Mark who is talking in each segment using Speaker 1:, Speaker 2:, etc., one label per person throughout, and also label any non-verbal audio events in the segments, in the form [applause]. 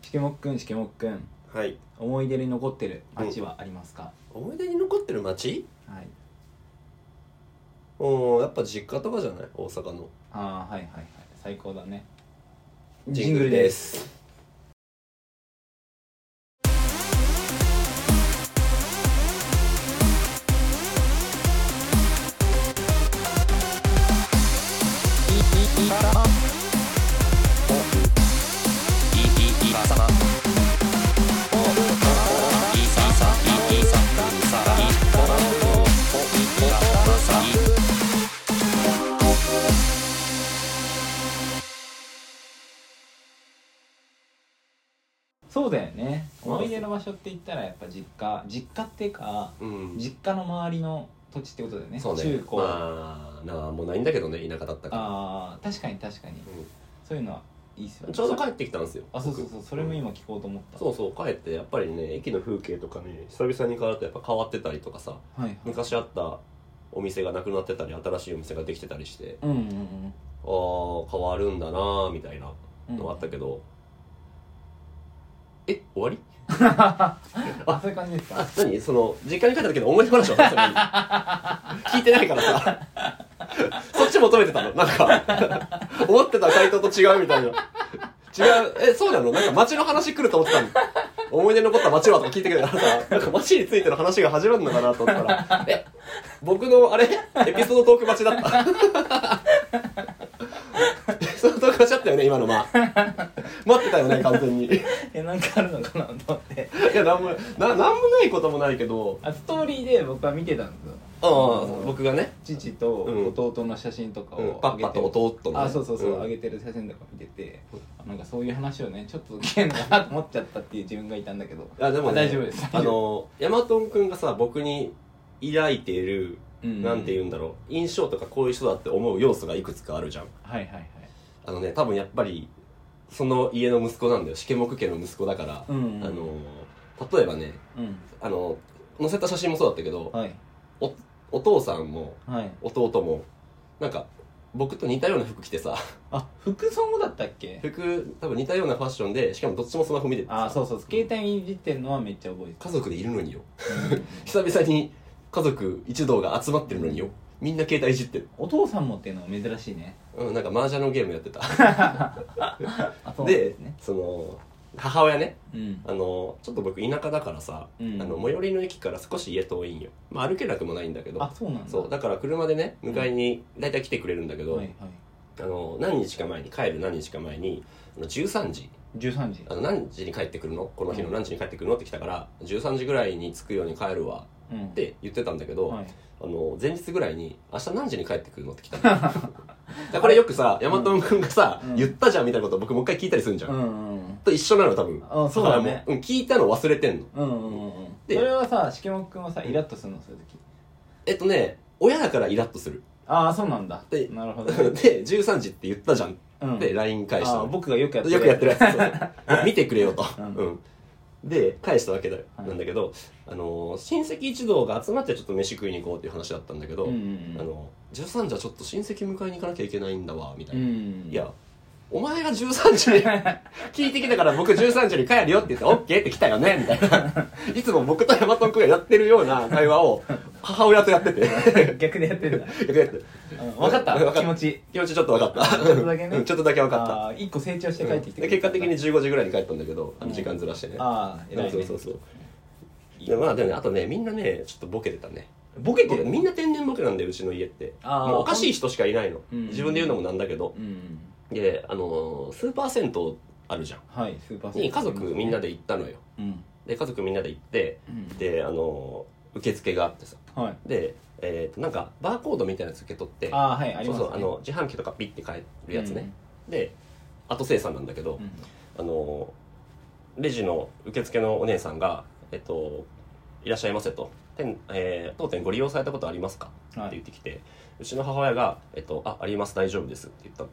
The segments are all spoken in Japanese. Speaker 1: しけもっくんしけもっくん
Speaker 2: はい
Speaker 1: 思い出に残ってる街はありますか、
Speaker 2: 思い出に残ってる街
Speaker 1: はい
Speaker 2: うんやっぱ実家とかじゃない大阪の
Speaker 1: ああはいはいはい最高だね
Speaker 2: す
Speaker 1: そうだよね思い出の場所って言ったらやっぱ実家実家っていうか
Speaker 2: うん
Speaker 1: 実家の周りの土地ってことだよね
Speaker 2: そうね
Speaker 1: 中高、
Speaker 2: まあなあもうないんだけどね田舎だったか
Speaker 1: あー確かに確かに
Speaker 2: ら、
Speaker 1: そういうのはいいっすよ
Speaker 2: う
Speaker 1: ね
Speaker 2: んちょうど帰ってきたんですよ
Speaker 1: あそうそう
Speaker 2: 僕
Speaker 1: そうそれも今聞こうと思った、
Speaker 2: そうそう帰ってやっぱりね駅の風景とかね久々に変わるとやっぱ変わってたりとかさ
Speaker 1: はいはい
Speaker 2: 昔あったお店がなくなってたり新しいお店ができてたりして
Speaker 1: うんうんうん
Speaker 2: ああ変わるんだなーみたいな
Speaker 1: うん
Speaker 2: のあったけど、え終わり
Speaker 1: あそういう感じです
Speaker 2: あ
Speaker 1: か
Speaker 2: 何その実家に帰った時の思い出話をさすがに聞いてないからさそっち求めてたのなんか思ってた回答と違うみたいな違うえそうなのなんか街の話来ると思ってたの思い出に残った街はとか聞いてくれたからさなんか街についての話が始まるのかなと思ったらえ僕のあれエピソードトーク待ちだったエピソードトーク待ちだったよね今のまあ待ってたよね完全にい
Speaker 1: [laughs] えなんかあるのかなと思って
Speaker 2: やなんもななんもないこともないけど
Speaker 1: あストーリーで僕は見てたんですよ
Speaker 2: ああ
Speaker 1: の
Speaker 2: 僕がね、
Speaker 1: 父と
Speaker 2: うん
Speaker 1: 弟の写真とか
Speaker 2: うん
Speaker 1: を
Speaker 2: パ
Speaker 1: あ
Speaker 2: ッ
Speaker 1: げ
Speaker 2: パ
Speaker 1: て
Speaker 2: と
Speaker 1: る、
Speaker 2: 弟の、ね、
Speaker 1: あそうそうそう、上
Speaker 2: ん
Speaker 1: げてる写真とか見ててあなんかそういう話をねちょっと聞けんのかなと思っちゃったっていう自分がいたんだけど
Speaker 2: あでも、ね、
Speaker 1: 大丈夫です
Speaker 2: あのヤマトン君がさ僕に抱いている、
Speaker 1: うん
Speaker 2: なんて言うんだろう印象とかこういう人だって思う要素がいくつかあるじゃん
Speaker 1: はいはいはい
Speaker 2: あのね多分やっぱりその家の息子なんだよ茂木家の息子だから、
Speaker 1: うんうん
Speaker 2: あの例えばね
Speaker 1: うん
Speaker 2: あの載せた写真もそうだったけど、
Speaker 1: はい
Speaker 2: おお父さんも
Speaker 1: はい
Speaker 2: 弟もなんか僕と似たような服着てさ
Speaker 1: あ服装もだったっけ
Speaker 2: 服多分似たようなファッションでしかもどっちもスマホ見ててさ
Speaker 1: あそうそう携帯いじってるのはめっちゃ覚えて
Speaker 2: 家族でいるのによ [laughs]
Speaker 1: る、うん
Speaker 2: 久々に家族一同が集まってるのによみんな携帯いじってる、
Speaker 1: お父さんもっていうのは珍しいね
Speaker 2: うん、なんか麻雀のゲームやってた
Speaker 1: あそうなんで
Speaker 2: です
Speaker 1: ね
Speaker 2: その母親ね
Speaker 1: うん
Speaker 2: あのちょっと僕田舎だからさ、
Speaker 1: うん
Speaker 2: あの最寄りの駅から少し家遠いんよ、まあ、歩けなくもないんだけど
Speaker 1: あそうなんだ
Speaker 2: そうだから車でね迎えに大体来てくれるんだけど、
Speaker 1: はいはい
Speaker 2: あの何日か前に帰る何日か前にあの13時
Speaker 1: 13時
Speaker 2: あの何時に帰ってくるのこの日の何時に帰ってくるのって来たから13時ぐらいに着くように帰るわ
Speaker 1: うん
Speaker 2: っ、て言ってたんだけど、
Speaker 1: はい、
Speaker 2: あの前日ぐらいに「明日何時に帰ってくるの?」って来たの [laughs] だからこれよくさヤマトン君がさ、
Speaker 1: うん
Speaker 2: 言ったじゃんみたいなこと僕もう一回聞いたりするんじゃん、
Speaker 1: うんうん
Speaker 2: と一緒なの多分
Speaker 1: あそうだね
Speaker 2: からもう、うん、聞いたの忘れてんの
Speaker 1: うんうんうんうん
Speaker 2: で
Speaker 1: それはさしけもっくんはさイラッとするのそういう時
Speaker 2: えっとね親だからイラッとする [laughs]
Speaker 1: ああそうなんだ
Speaker 2: で
Speaker 1: なるほど、ね
Speaker 2: で13時って言ったじゃん
Speaker 1: うん、
Speaker 2: で LINE 返した
Speaker 1: あ
Speaker 2: の
Speaker 1: ー僕がよくやって
Speaker 2: よくやってるやつ
Speaker 1: [laughs]
Speaker 2: そう見てくれよと、
Speaker 1: う
Speaker 2: うんんで返したわけだよ、
Speaker 1: はい
Speaker 2: なんだけど、あのー親戚一同が集まってちょっと飯食いに行こうっていう話だったんだけど、
Speaker 1: うんうんうん
Speaker 2: あの13時はちょっと親戚迎えに行かなきゃいけないんだわみたいうな、
Speaker 1: ん
Speaker 2: いや、お前が13時に [laughs] 聞いてきたから僕13時に帰るよって言って、オッケーって来たよねみたい
Speaker 1: [laughs]
Speaker 2: な。いつも僕とヤマトン君がやってるような会話を母親と
Speaker 1: [laughs]
Speaker 2: やってて。
Speaker 1: 逆でやってるんだうん分か
Speaker 2: [laughs]
Speaker 1: っ
Speaker 2: 分か
Speaker 1: た
Speaker 2: った
Speaker 1: 気持ち
Speaker 2: 気持ちちょっと分かった。
Speaker 1: ちょっとだけね
Speaker 2: うんちょっとだけ分かった。
Speaker 1: あー一個成長して帰ってきて
Speaker 2: で結果的に
Speaker 1: あ
Speaker 2: 15時ぐらいに帰ったんだけど、あ
Speaker 1: う
Speaker 2: の
Speaker 1: ん
Speaker 2: 時間ずらしてね。
Speaker 1: あー偉い、ね、
Speaker 2: そうそうそう。でまあでもね、あとね、みんなね、ちょっとボケてたね。
Speaker 1: ボケて
Speaker 2: 僕
Speaker 1: る
Speaker 2: みんな天然ボケなんで、うちの家って。
Speaker 1: あー
Speaker 2: もうおかしい人しかいないの。
Speaker 1: うん
Speaker 2: 自分で言うのもなんだけど
Speaker 1: う。ん
Speaker 2: で、あのー、スーパー銭湯あるじゃん。
Speaker 1: はいスーパー
Speaker 2: に家族みんなで行ったのよ
Speaker 1: うん
Speaker 2: で家族みんなで行って
Speaker 1: うん
Speaker 2: であの受付があってさ
Speaker 1: はい
Speaker 2: で、えー、となんかバーコードみたいなやつ受け取って
Speaker 1: ああはいあり
Speaker 2: そ
Speaker 1: ま
Speaker 2: う
Speaker 1: すね
Speaker 2: そうあの自販機とかピッて買えるやつね、で後生産なんだけど、
Speaker 1: うんうん
Speaker 2: あのレジの受付のお姉さんが「えっと、いらっしゃいませ」と「店えー当店ご利用されたことありますか?」
Speaker 1: はい
Speaker 2: って言ってきて、うちの母親が「えっと、ああります大丈夫です」って言ったの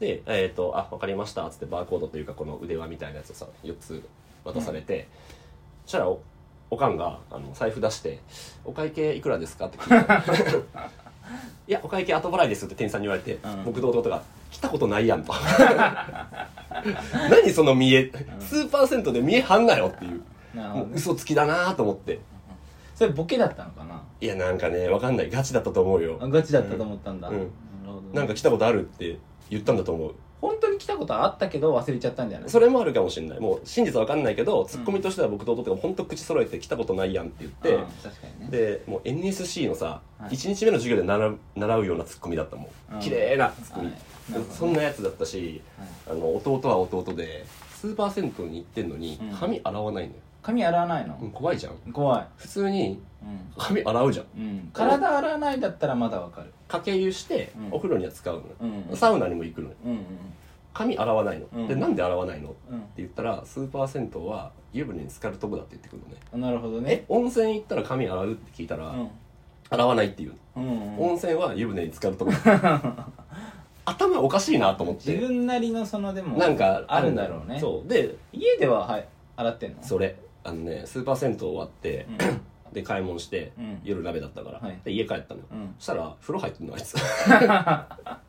Speaker 2: で「えっとあわかりました」っつってバーコードというかこの腕輪みたいなやつをさ4つ渡されて、そしたらおおかんがあの財布出して「お会計いくら [laughs] ですか?」って聞いたのいやお会計後払いです」って店員さんに言われて、
Speaker 1: うん
Speaker 2: 僕と弟が「来たことないやんと [laughs] 何その見え数パーセントで見えはんなよっていう
Speaker 1: なるほ
Speaker 2: も
Speaker 1: ど
Speaker 2: う
Speaker 1: ね
Speaker 2: 嘘つきだなと思って
Speaker 1: それボケだったのかない
Speaker 2: やなんかねわかんないガチだったと思うよ
Speaker 1: あガチだったと思ったんだ、
Speaker 2: うん
Speaker 1: なるほどね
Speaker 2: なんか来たことあるって言ったんだと思う
Speaker 1: 本当に来たことあったけど忘れちゃったんじゃない
Speaker 2: それもあるかもしれないもう真実はわかんないけどツッコミとしては僕と弟が本当口揃えて来たことないやんって言って、
Speaker 1: うん確かにね
Speaker 2: でもう NSC のさ、
Speaker 1: はい
Speaker 2: 一1日目の授業で習う習うようなツッコミだったも
Speaker 1: うん
Speaker 2: ん綺麗なツッコミ、
Speaker 1: はいなるほどね
Speaker 2: そんなやつだったし
Speaker 1: はい
Speaker 2: あの弟は弟でスーパー銭湯に行ってんのに
Speaker 1: うん
Speaker 2: 髪洗わないのよ、
Speaker 1: 髪洗わないの、
Speaker 2: うん怖いじゃん
Speaker 1: 怖い
Speaker 2: 普通に
Speaker 1: う
Speaker 2: 髪洗うじゃ
Speaker 1: ん、
Speaker 2: ん
Speaker 1: うん、体洗わないだったらまだわかる
Speaker 2: 掛け湯して
Speaker 1: うん
Speaker 2: お風呂には使うのよ、
Speaker 1: うんうん
Speaker 2: サウナにも行くのよ
Speaker 1: うん
Speaker 2: 髪洗わないの、
Speaker 1: うん
Speaker 2: でなんで洗わないのって
Speaker 1: うん
Speaker 2: 言ったらスーパー銭湯は湯船に浸かるとこだって言ってくるのね
Speaker 1: うんなるほど
Speaker 2: え
Speaker 1: ね
Speaker 2: 温泉行ったら髪洗うって聞いたら、
Speaker 1: うん
Speaker 2: 洗わないっていう、
Speaker 1: うんう
Speaker 2: 温
Speaker 1: ん
Speaker 2: 泉は湯船に浸かるとこ [laughs] 頭おかしいなと思っ
Speaker 1: 自
Speaker 2: て
Speaker 1: 分なりのそのでも
Speaker 2: なんか
Speaker 1: あるんだろうね
Speaker 2: そうで
Speaker 1: 家でははい洗ってんの
Speaker 2: それあのねスーパー銭湯終わって、
Speaker 1: う
Speaker 2: で買い物して、
Speaker 1: うん
Speaker 2: 夜鍋だったから、
Speaker 1: はい
Speaker 2: で家帰ったのよ、
Speaker 1: ん、うん、
Speaker 2: そしたら風呂入ってんのあい [laughs] つ
Speaker 1: あ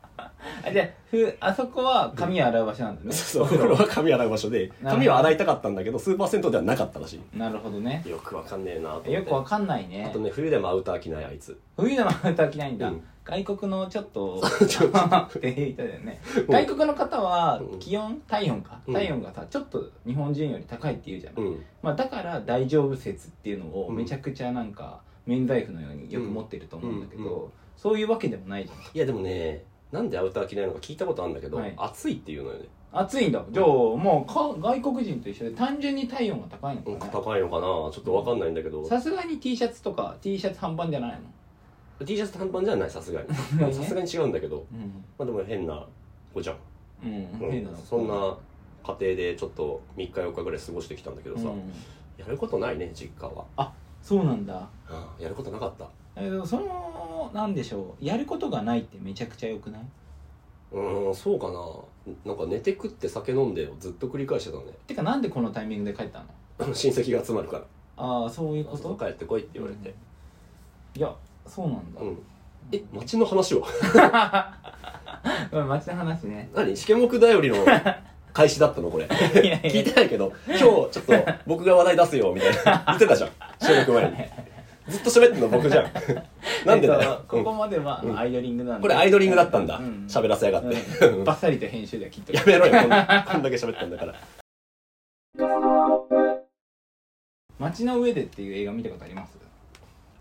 Speaker 1: じゃあふあそこは髪洗う場所なんだね
Speaker 2: そうお風呂は髪洗う場所で
Speaker 1: ど
Speaker 2: 髪は洗いたかったんだけどスーパー銭湯ではなかったらし
Speaker 1: なるほどね
Speaker 2: いよくわかんねえなと思って
Speaker 1: よくわかんない
Speaker 2: あ
Speaker 1: ね
Speaker 2: とね冬でもアウター着ないあいつ
Speaker 1: 冬のアウター着ないんだ、
Speaker 2: うん
Speaker 1: 外国のちょっと
Speaker 2: [laughs] ちょっ
Speaker 1: って言ったよね [laughs] 外国の方は
Speaker 2: うん
Speaker 1: 気温体温か
Speaker 2: うん
Speaker 1: 体温がさちょっと日本人より高いって言うじゃない、
Speaker 2: うん
Speaker 1: まあ、だから大丈夫説っていうのを
Speaker 2: うん
Speaker 1: めちゃくちゃなんか免罪符のようによく持ってると思うんだけど、
Speaker 2: うんう
Speaker 1: そういうわけでもないじ
Speaker 2: いやでもねなんでアウター着ないのか聞いたことあるんだけど、
Speaker 1: はい
Speaker 2: 暑いっていうのよね
Speaker 1: ゃん暑いんだじゃあもうか外国人と一緒で単純に体温が高いの
Speaker 2: うん
Speaker 1: かな
Speaker 2: 高いのかなちょっとわかんないんだけど、
Speaker 1: さすがに T シャツとか T シャツ半端じゃない
Speaker 2: T シャツ短パンじゃないさすが
Speaker 1: がに [laughs]
Speaker 2: に
Speaker 1: ね
Speaker 2: さすがに違うんだけど
Speaker 1: の
Speaker 2: まあでも変な子じゃん、
Speaker 1: うん、
Speaker 2: う
Speaker 1: うんん、変なの
Speaker 2: そんな家庭でちょっと3日4日ぐらい過ごしてきたんだけどさ、
Speaker 1: うん
Speaker 2: やることないね実家は、
Speaker 1: そうなんだ
Speaker 2: うんやることなかった
Speaker 1: えーそのなんでしょうやることがないってめちゃくちゃ良くないう
Speaker 2: ーんそうかななんか寝て食って酒飲んでをずっと繰り返してたね [laughs]
Speaker 1: てかなんでこのタイミングで帰ったの
Speaker 2: 親戚が集まるから
Speaker 1: ああそういうこ
Speaker 2: 朝
Speaker 1: と
Speaker 2: 帰ってこいって言われて
Speaker 1: いやそうなんだ、
Speaker 2: うん、え町の話は [laughs]
Speaker 1: うん、街の話ね
Speaker 2: 何試験目頼りの開始だったのこれ
Speaker 1: いやいや
Speaker 2: [laughs] 聞いてないけど今日ちょっと僕が話題出すよみたい
Speaker 1: [laughs]
Speaker 2: な言ってたじゃん収録前にずっと喋ってんの僕じゃ
Speaker 1: [laughs]
Speaker 2: んなんでだ
Speaker 1: えっ
Speaker 2: よ
Speaker 1: と、
Speaker 2: う
Speaker 1: こ
Speaker 2: ん
Speaker 1: こまでは
Speaker 2: うん
Speaker 1: アイドリングなんで
Speaker 2: これアイドリングだったんだ
Speaker 1: うん
Speaker 2: 喋、らせやがって、
Speaker 1: うんバッサリと編集では切っと
Speaker 2: [laughs] や
Speaker 1: く
Speaker 2: めろよこんこんだけ喋ったんだから
Speaker 1: 街の上でっていう映画見たことあります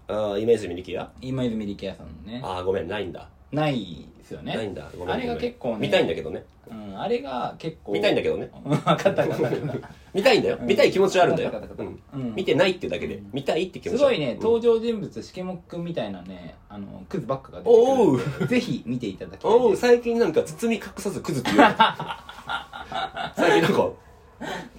Speaker 2: ああイメージミリキや
Speaker 1: 今泉力也さんのね
Speaker 2: ああごめんないんだ
Speaker 1: ないですよ
Speaker 2: ない
Speaker 1: ね
Speaker 2: んだごめん
Speaker 1: あれが
Speaker 2: ごめん
Speaker 1: 結構ね
Speaker 2: 見たいんだけどね
Speaker 1: うんあれが結構
Speaker 2: 見たいんだ
Speaker 1: け
Speaker 2: けどね
Speaker 1: ど分かった分かった
Speaker 2: [laughs] 見たいんだよ、
Speaker 1: うん
Speaker 2: 見たい気持ちはあるんだよ
Speaker 1: わかったわか、
Speaker 2: う
Speaker 1: った
Speaker 2: ん、
Speaker 1: うん
Speaker 2: 見てないってだけで、
Speaker 1: うん
Speaker 2: 見たいって気持
Speaker 1: す
Speaker 2: ちは
Speaker 1: ごいね、
Speaker 2: うん
Speaker 1: 登場人物しけもっくんみたいなねあのクズばっかが出て
Speaker 2: おう
Speaker 1: くるぜひ見ていただきたい
Speaker 2: おう最近なんか包み隠さずクズって言わ
Speaker 1: [laughs]
Speaker 2: れた最近なんか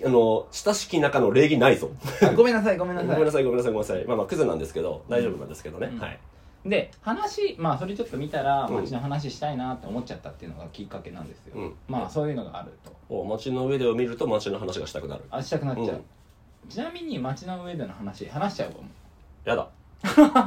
Speaker 2: あの親しき中の礼儀ないぞ
Speaker 1: あごめんなさいごめん
Speaker 2: ご
Speaker 1: な
Speaker 2: めん
Speaker 1: さい
Speaker 2: なさいごめんなさいごめんなさいまあまあクズなんですけど大丈夫なんですけどね、
Speaker 1: うん
Speaker 2: はい
Speaker 1: で話まあそれちょっと見たら
Speaker 2: うん
Speaker 1: 街の話したいなって思っちゃったっていうのがきっかけなんですよ、
Speaker 2: うん
Speaker 1: まあそういうのがあると
Speaker 2: お街の上でを見ると街の話がしたくなる
Speaker 1: あしたくなっちゃう、
Speaker 2: うん
Speaker 1: ちなみに街の上での話話しちゃうかも [laughs]
Speaker 2: やだ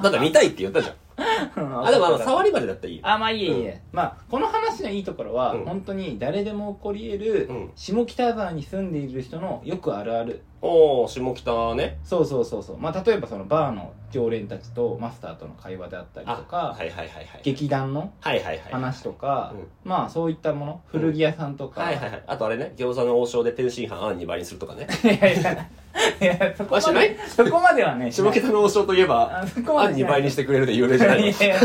Speaker 2: だって見たいって言ったじゃん [laughs] あでもあの触りまでだったらいいよ
Speaker 1: あまあいいえいいえ、まあこの話のいいところは、
Speaker 2: うん
Speaker 1: 本当に誰でも起こり得る、
Speaker 2: うん
Speaker 1: 下北沢に住んでいる人のよくあるある
Speaker 2: おお下北ね
Speaker 1: そうそうそうそうまあ例えばそのバーの常連たちとマスターとの会話であったりとか、
Speaker 2: はいはいはいはい
Speaker 1: 劇団の
Speaker 2: はいはいはい
Speaker 1: 話とか、
Speaker 2: うん
Speaker 1: まあそういったもの
Speaker 2: うん
Speaker 1: 古着屋さんとか、
Speaker 2: はいはいはいあとあれね餃子の王将で天津飯あん2倍にするとかね
Speaker 1: [laughs] いやいや、いや、そこ
Speaker 2: あし
Speaker 1: ま
Speaker 2: な
Speaker 1: で
Speaker 2: い、
Speaker 1: そこまではね、
Speaker 2: 下北の王将といえば
Speaker 1: あそこま
Speaker 2: あ
Speaker 1: で
Speaker 2: ん
Speaker 1: し
Speaker 2: 2
Speaker 1: ない
Speaker 2: 倍にしてくれるで有名じゃな
Speaker 1: い
Speaker 2: いの
Speaker 1: やいや、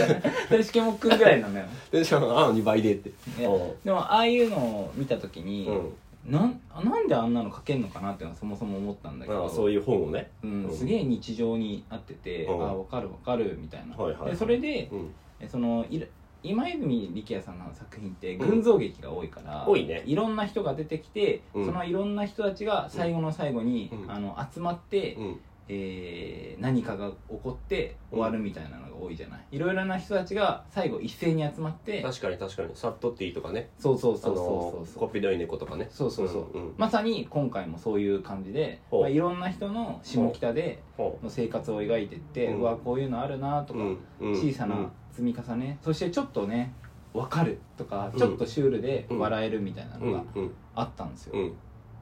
Speaker 1: それしけもっくんぐらいなの
Speaker 2: [laughs]
Speaker 1: よ。
Speaker 2: 天津飯あん2倍でって
Speaker 1: ね
Speaker 2: お
Speaker 1: でも、ああいうのを見たとき
Speaker 2: ー
Speaker 1: に、
Speaker 2: うん
Speaker 1: なん、なんであんなの書けんのかなっていうのはそもそも思ったんだけ
Speaker 2: あ
Speaker 1: ど、
Speaker 2: あそういう本をね
Speaker 1: うん、すげえ日常にあってて、
Speaker 2: うん
Speaker 1: ああ、わかるわかる、みたいな。
Speaker 2: はいはいはい
Speaker 1: でそれで、
Speaker 2: うん
Speaker 1: えその、いる今泉力也さんの作品って
Speaker 2: うん
Speaker 1: 群像劇が多いから、
Speaker 2: 多いね
Speaker 1: ろんな人が出てきて、
Speaker 2: うん
Speaker 1: そのいろんな人たちが最後の最後に、
Speaker 2: うん
Speaker 1: あの集まって、
Speaker 2: うん
Speaker 1: えー何かが起こって終わるみたいなのが多いじゃないいろいろな人たちが最後一斉に集まって
Speaker 2: 確かに確かにサットティーとかね
Speaker 1: そうそう
Speaker 2: あ
Speaker 1: そうそ
Speaker 2: の
Speaker 1: うそうそ
Speaker 2: コ
Speaker 1: う
Speaker 2: ピドイネコとかね
Speaker 1: そうそうそう、
Speaker 2: んん
Speaker 1: まさに今回もそういう感じで、
Speaker 2: ほう
Speaker 1: まあ、いろんな人の下北で
Speaker 2: ほ
Speaker 1: の生活を描いてって、
Speaker 2: う
Speaker 1: うんわこういうのあるなと
Speaker 2: う
Speaker 1: か、
Speaker 2: うんうん
Speaker 1: 小さ
Speaker 2: う
Speaker 1: なん積み重ね、そしてちょっとね分かるとか
Speaker 2: うん
Speaker 1: ちょっとシュールで笑えるみたいな
Speaker 2: う
Speaker 1: の
Speaker 2: ん
Speaker 1: が
Speaker 2: うん
Speaker 1: あったんですよ、
Speaker 2: うん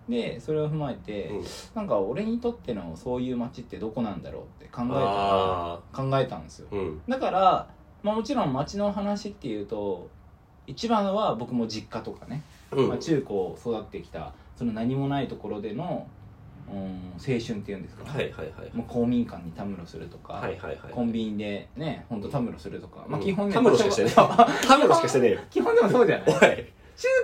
Speaker 1: でそれを踏まえて、
Speaker 2: うん
Speaker 1: なんか俺にとってのそういう街ってどこなんだろうって考えたら
Speaker 2: あ
Speaker 1: 考えたんですよ
Speaker 2: あうん
Speaker 1: だから、まあ、もちろん街の話っていうと一番は僕も実家とかね、
Speaker 2: うん
Speaker 1: まあ、中高育ってきたその何もないところでの、うん、青春っていうんですか、
Speaker 2: はいはいはい
Speaker 1: もう公民館にたむろするとか、
Speaker 2: はいはいはい
Speaker 1: コンビニでね本当たむろするとか、まあ、
Speaker 2: うん
Speaker 1: 基本ね
Speaker 2: たむろしかしてねえよタムロしかしてねえよ
Speaker 1: [laughs] 基本でもそうじゃない
Speaker 2: おい
Speaker 1: 中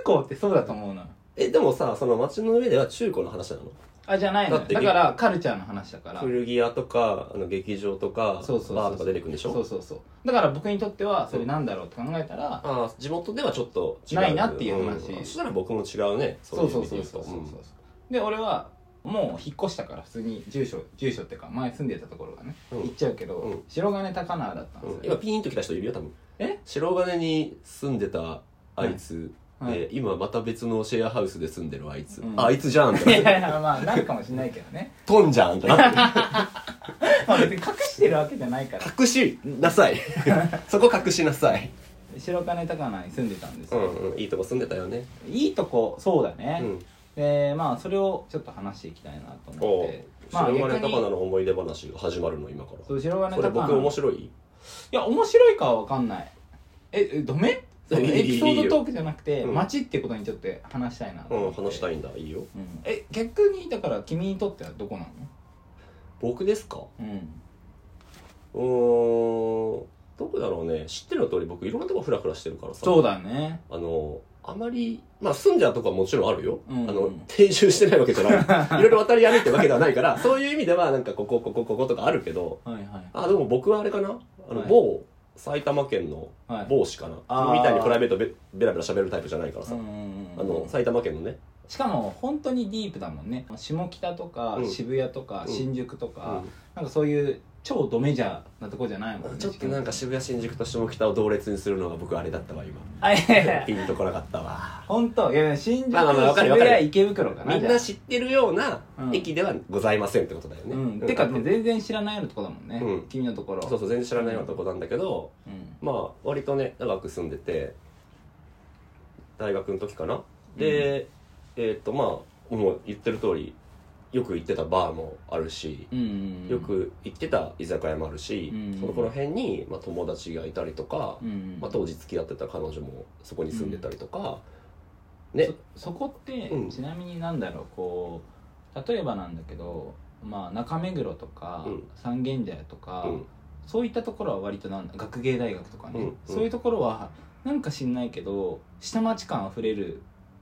Speaker 1: 高ってそうだと思うのよ
Speaker 2: えでもさその街の上では中古の話なの
Speaker 1: あじゃないのよ
Speaker 2: だって
Speaker 1: だからカルチャーの話だから
Speaker 2: 古着屋とかあの劇場とか
Speaker 1: そうそうそう
Speaker 2: バーとか出てくるんでしょ
Speaker 1: そうそうそうだから僕にとってはそれなんだろうって考えたら、
Speaker 2: ああ地元ではちょっと違う
Speaker 1: ないなっていう話
Speaker 2: んそしたら僕も違うね
Speaker 1: そうそ
Speaker 2: いう意味
Speaker 1: そ
Speaker 2: で
Speaker 1: う
Speaker 2: 言
Speaker 1: そうそうそ
Speaker 2: と
Speaker 1: うそうで俺はもう引っ越したから普通に住所住所っていうか前住んでたところがね、
Speaker 2: うん
Speaker 1: 行っちゃうけど、
Speaker 2: うん
Speaker 1: 白金高輪だったん
Speaker 2: うんうん
Speaker 1: です
Speaker 2: 今
Speaker 1: よ、
Speaker 2: ピーンと来た人いるよ多分
Speaker 1: え
Speaker 2: 白金に住んでたあいつ
Speaker 1: はい
Speaker 2: で今また別のシェアハウスで住んでるあいつ
Speaker 1: うん
Speaker 2: ああいつじゃんって
Speaker 1: いやい [laughs]
Speaker 2: な
Speaker 1: やい
Speaker 2: って
Speaker 1: やまあなるかもしれないけどね
Speaker 2: トンじゃんってなって
Speaker 1: まあ別に隠してるわけじゃないから
Speaker 2: 隠し
Speaker 1: [laughs]
Speaker 2: なさいそこ隠しなさい
Speaker 1: 白金高輪に住んでたんです
Speaker 2: う
Speaker 1: よ、
Speaker 2: んうんいいとこ住んでたよね
Speaker 1: いいとこそうだ
Speaker 2: う
Speaker 1: ね、
Speaker 2: ん
Speaker 1: でまあそれをちょっと話していきたいなと思
Speaker 2: お
Speaker 1: っ
Speaker 2: う
Speaker 1: てまあ
Speaker 2: 白
Speaker 1: 逆
Speaker 2: 金高菜
Speaker 1: に
Speaker 2: の思い出話が始まるの今から
Speaker 1: そう白金
Speaker 2: これ
Speaker 1: 高
Speaker 2: 僕
Speaker 1: 菜
Speaker 2: 面白い
Speaker 1: いや面白いかは分かんないええダメその
Speaker 2: いい
Speaker 1: エピソ
Speaker 2: いい
Speaker 1: ー
Speaker 2: よ
Speaker 1: ドトークじゃなくて
Speaker 2: うん
Speaker 1: 街ってことにちょっと話したいなと
Speaker 2: う
Speaker 1: 思
Speaker 2: ん話した
Speaker 1: い、
Speaker 2: いんだいいよ
Speaker 1: うん、え逆にだから君にとってはどこなの
Speaker 2: 僕ですか
Speaker 1: うん
Speaker 2: うーんどこだろうね知ってるの通り僕いろんなとこフラフラしてるからさ
Speaker 1: そうだね
Speaker 2: あのあまりまあ住んでたとこはもちろんあるよ、
Speaker 1: うん
Speaker 2: あの定住してないわけじゃな
Speaker 1: [laughs]
Speaker 2: いいろいろ渡り歩いてるわけではないからそういう意味ではなんかこここここことかあるけど
Speaker 1: はいはい
Speaker 2: あでも僕はあれかなあの、
Speaker 1: はい
Speaker 2: 某埼玉県の
Speaker 1: はい
Speaker 2: 某市かな、
Speaker 1: あー
Speaker 2: みたいにプライベートべベラベラ喋るタイプじゃないからさ、
Speaker 1: うんうんうん
Speaker 2: あの埼玉県のね
Speaker 1: しかも本当にディープだもんね下北とか
Speaker 2: うん
Speaker 1: 渋谷とか
Speaker 2: うん
Speaker 1: 新宿とか、
Speaker 2: う
Speaker 1: なんかそういう超ドメジャーなとこじゃないもん
Speaker 2: ん
Speaker 1: ね
Speaker 2: ちょっとなんか渋谷新宿と下北を同列にするのが僕あれだったわ今
Speaker 1: あいやいや
Speaker 2: ピンとこなかったわ
Speaker 1: 本当いやいや新宿、
Speaker 2: まあまあまあわかるわ
Speaker 1: 渋
Speaker 2: かる
Speaker 1: 谷池袋かな
Speaker 2: みん
Speaker 1: じゃ
Speaker 2: な
Speaker 1: あ
Speaker 2: 知ってるような
Speaker 1: うん
Speaker 2: 駅ではございませんってことだよね、
Speaker 1: うん、てか
Speaker 2: うん
Speaker 1: もう全然知らないようなとこだもんね、
Speaker 2: うん
Speaker 1: 君のところ
Speaker 2: そうそう全然知らないようなとこなんだけど、
Speaker 1: うん
Speaker 2: まあ割とね長く住んでて大学の時かなで、えーっとまあもう言ってる通りよく行ってたバーもあるし、
Speaker 1: うんうんうん
Speaker 2: よく行ってた居酒屋もあるし、
Speaker 1: うん
Speaker 2: その頃辺に、まあ、友達がいたりとか、
Speaker 1: うんうん
Speaker 2: まあ、当時付き合ってた彼女もそこに住んでたりとか、ね
Speaker 1: そそこって、
Speaker 2: うん
Speaker 1: ちなみになんだろうこう例えばなんだけどまあ中目黒とか、
Speaker 2: うん
Speaker 1: 三軒茶屋とか、
Speaker 2: うん
Speaker 1: そういったところは割となんだ学芸大学とかね、
Speaker 2: うんうん
Speaker 1: そういうところはなんか知んないけど下町感あふれるっ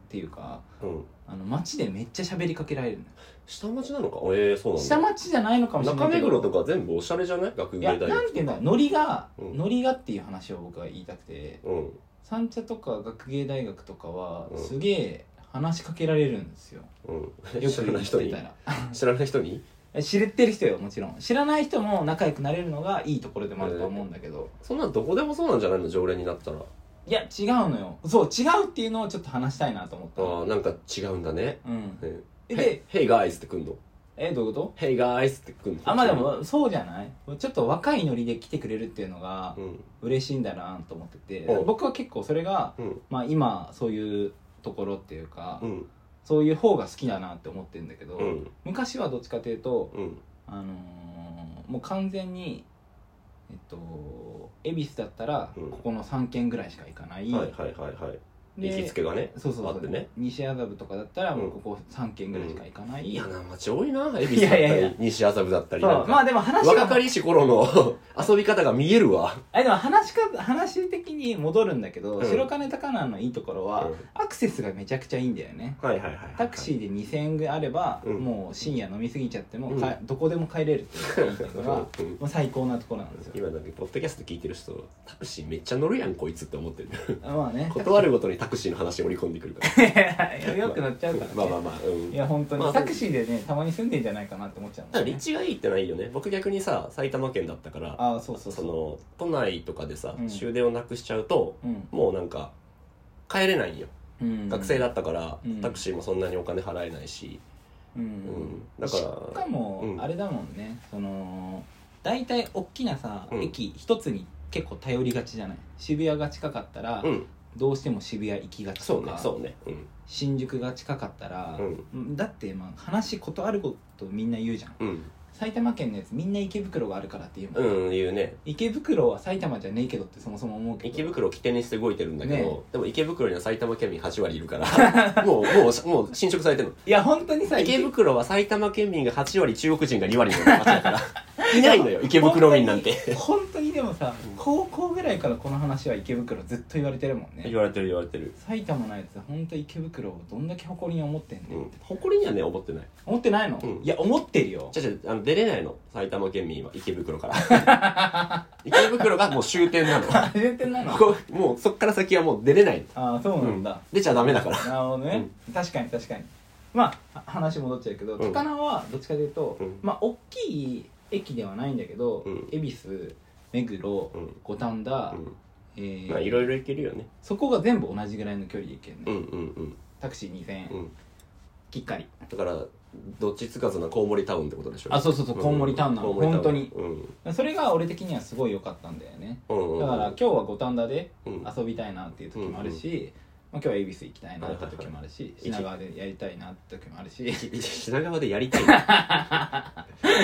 Speaker 1: ていうか
Speaker 2: うん、
Speaker 1: あの街でめっちゃ喋りかけられるのよ
Speaker 2: 下町なのかええそうなんだ
Speaker 1: 下町じゃないのかもしれな
Speaker 2: 中
Speaker 1: いけ
Speaker 2: 目
Speaker 1: ど
Speaker 2: 黒とか全部おしゃれじゃない学
Speaker 1: い
Speaker 2: 芸
Speaker 1: や
Speaker 2: 大
Speaker 1: な
Speaker 2: 学
Speaker 1: んて言うんだろうノリが、
Speaker 2: うん
Speaker 1: ノリがっていう話を僕は言いたくて
Speaker 2: うん
Speaker 1: 三茶とか学芸大学とかは、
Speaker 2: うん
Speaker 1: すげえ話しかけられるんですよ
Speaker 2: うん
Speaker 1: よく
Speaker 2: 知らない人
Speaker 1: 言っ
Speaker 2: に
Speaker 1: てたら
Speaker 2: 知らない人に
Speaker 1: え知ってる人よもちろん知らない人も仲良くなれるのがいいところでもあると思うんだけど、
Speaker 2: そんなんどこでもそうなんじゃないの常連になったら
Speaker 1: いや違うのよそう違うっていうのをちょっと話したいなと思った
Speaker 2: あ
Speaker 1: の
Speaker 2: ーなんか違うんだね
Speaker 1: うん
Speaker 2: ね
Speaker 1: え
Speaker 2: で
Speaker 1: で
Speaker 2: 「Hey guys」ってくんの
Speaker 1: えどういうこ
Speaker 2: 「Hey guys」ってくんの
Speaker 1: とあまあでもそうじゃないちょっと若いノリで来てくれるっていうのが
Speaker 2: うん
Speaker 1: 嬉しいんだなと思ってて
Speaker 2: お
Speaker 1: 僕は結構それが、
Speaker 2: うん
Speaker 1: まあ、今そういうところっていうか、
Speaker 2: うん
Speaker 1: そういう方が好きだなって思ってるんだけど、
Speaker 2: うん
Speaker 1: 昔はどっちかというと、
Speaker 2: うん
Speaker 1: あのーもう完全にえっと恵比寿だったら、
Speaker 2: うん
Speaker 1: ここの3軒ぐらいしか行かない、
Speaker 2: はいはいはいはい
Speaker 1: で
Speaker 2: 行きつけがね
Speaker 1: そうそう
Speaker 2: あ
Speaker 1: そ
Speaker 2: っ
Speaker 1: う、
Speaker 2: てね
Speaker 1: 西麻布とかだったらもううんここ3軒ぐらいしか行かない、
Speaker 2: 嫌な街多いな恵比寿だっ
Speaker 1: いやい
Speaker 2: た
Speaker 1: やいや
Speaker 2: り西麻布だったり
Speaker 1: そ
Speaker 2: な
Speaker 1: うんま
Speaker 2: か
Speaker 1: あでも話が
Speaker 2: 若かりし頃の [laughs] 遊び方が見えるわ
Speaker 1: あでも話か話的に戻るんだけど、
Speaker 2: うん
Speaker 1: 白金高輪のいいところは、
Speaker 2: うん
Speaker 1: アクセスがめちゃくちゃいいんだよね
Speaker 2: はいはいはい
Speaker 1: タクシーで2000円ぐらいあれば、
Speaker 2: うん
Speaker 1: もう深夜飲み過ぎちゃっても、かどこでも帰れるっていうのがいい
Speaker 2: [laughs]
Speaker 1: のがも
Speaker 2: うん
Speaker 1: う最高なところなんですよ
Speaker 2: 今なんかポッドキャスト聞いてる人タクシーめっちゃ乗るやんこいつって思ってる
Speaker 1: まあね
Speaker 2: [laughs] 断るごとにタクシーの話織り込んでくるから
Speaker 1: いやいやよくなっちゃうから、ね
Speaker 2: まあまあまあうん
Speaker 1: いや本当に、
Speaker 2: まあ
Speaker 1: タクシーでねたまに住んでんじゃないかなって思っちゃう
Speaker 2: ただ
Speaker 1: んね
Speaker 2: 立地がいいってのはいいよね僕逆にさ埼玉県だったから
Speaker 1: ああそうそう
Speaker 2: そ
Speaker 1: そう
Speaker 2: の都内とかでさ、
Speaker 1: うん
Speaker 2: 終電をなくしちゃうと
Speaker 1: うん
Speaker 2: もうなんか帰れないんよ、
Speaker 1: うん
Speaker 2: 学生だったから、
Speaker 1: うん
Speaker 2: タクシーもそんなにお金払えないし、
Speaker 1: うん、
Speaker 2: うんだから
Speaker 1: しかも、
Speaker 2: うん
Speaker 1: あれだもんねその大体大きなさ、
Speaker 2: うん
Speaker 1: 駅一つに結構頼りがちじゃない渋谷が近かったら、
Speaker 2: うん
Speaker 1: どうしても渋谷行きがち
Speaker 2: そ
Speaker 1: と
Speaker 2: うね
Speaker 1: か、
Speaker 2: そうねうん
Speaker 1: 新宿が近かったら、だってまあ話断ることみんな言うじゃん
Speaker 2: うん
Speaker 1: 埼玉県のやつみんな池袋があるからって言うもん、
Speaker 2: うん言うね
Speaker 1: 池袋は埼玉じゃねえけどってそもそも思うけど
Speaker 2: 池袋を起点にして動いてるんだけど、
Speaker 1: ね
Speaker 2: でも池袋には埼玉県民8割いるか
Speaker 1: [laughs]
Speaker 2: らもうもうもう侵食されてるの
Speaker 1: いや本当にさ
Speaker 2: 池袋は埼玉県民が8割中国人が2割の街
Speaker 1: [laughs]
Speaker 2: だからいないのよ池袋民なんて
Speaker 1: 本当に本当にでもさ
Speaker 2: うん
Speaker 1: 高校ぐらいからこの話は池袋ずっと言われてるもんね
Speaker 2: 言われてる言われてる、
Speaker 1: 埼玉のやつ本当池袋をどんだけ誇りに思ってんね
Speaker 2: うん
Speaker 1: っ
Speaker 2: ん
Speaker 1: て、
Speaker 2: 誇りにはね思ってない
Speaker 1: 思ってないの、
Speaker 2: うん
Speaker 1: いや思ってるよ
Speaker 2: じゃじゃあの出れないの埼玉県民は池袋から池袋がもう終点なの
Speaker 1: [laughs] あ全然なの
Speaker 2: ここもうそっから先はもう出れない
Speaker 1: ああそうなんだ、
Speaker 2: 出ちゃダメだか
Speaker 1: な
Speaker 2: ら
Speaker 1: るほどね、確かに確かにまあは話戻っちゃうけど
Speaker 2: ん
Speaker 1: 高輪はどっちかというと、
Speaker 2: うん
Speaker 1: まあ大きい駅ではないんだけど、
Speaker 2: うん
Speaker 1: 恵比寿目黒
Speaker 2: うん
Speaker 1: 五反田、
Speaker 2: う
Speaker 1: えー
Speaker 2: んまあいろいろいけるよね
Speaker 1: そこが全部同じぐらいの距離で行けるね、
Speaker 2: うんうんうん
Speaker 1: タクシー2000円、
Speaker 2: うん
Speaker 1: きっかり
Speaker 2: だからどっちつかずなコウモリタウンってことでしょ
Speaker 1: あそうそうそうコウモリタウンなの
Speaker 2: コウモリ
Speaker 1: 本当に
Speaker 2: うん
Speaker 1: それが俺的にはすごい良かったんだよね
Speaker 2: うんうん
Speaker 1: だから今日は五反田で
Speaker 2: うん
Speaker 1: 遊びたいなっていう時もあるし、まあ、今日は恵比寿行きたいなって時もあるし
Speaker 2: い
Speaker 1: 品川でやりたいなって時もあ
Speaker 2: [laughs]
Speaker 1: るし違
Speaker 2: い品川でやりたいな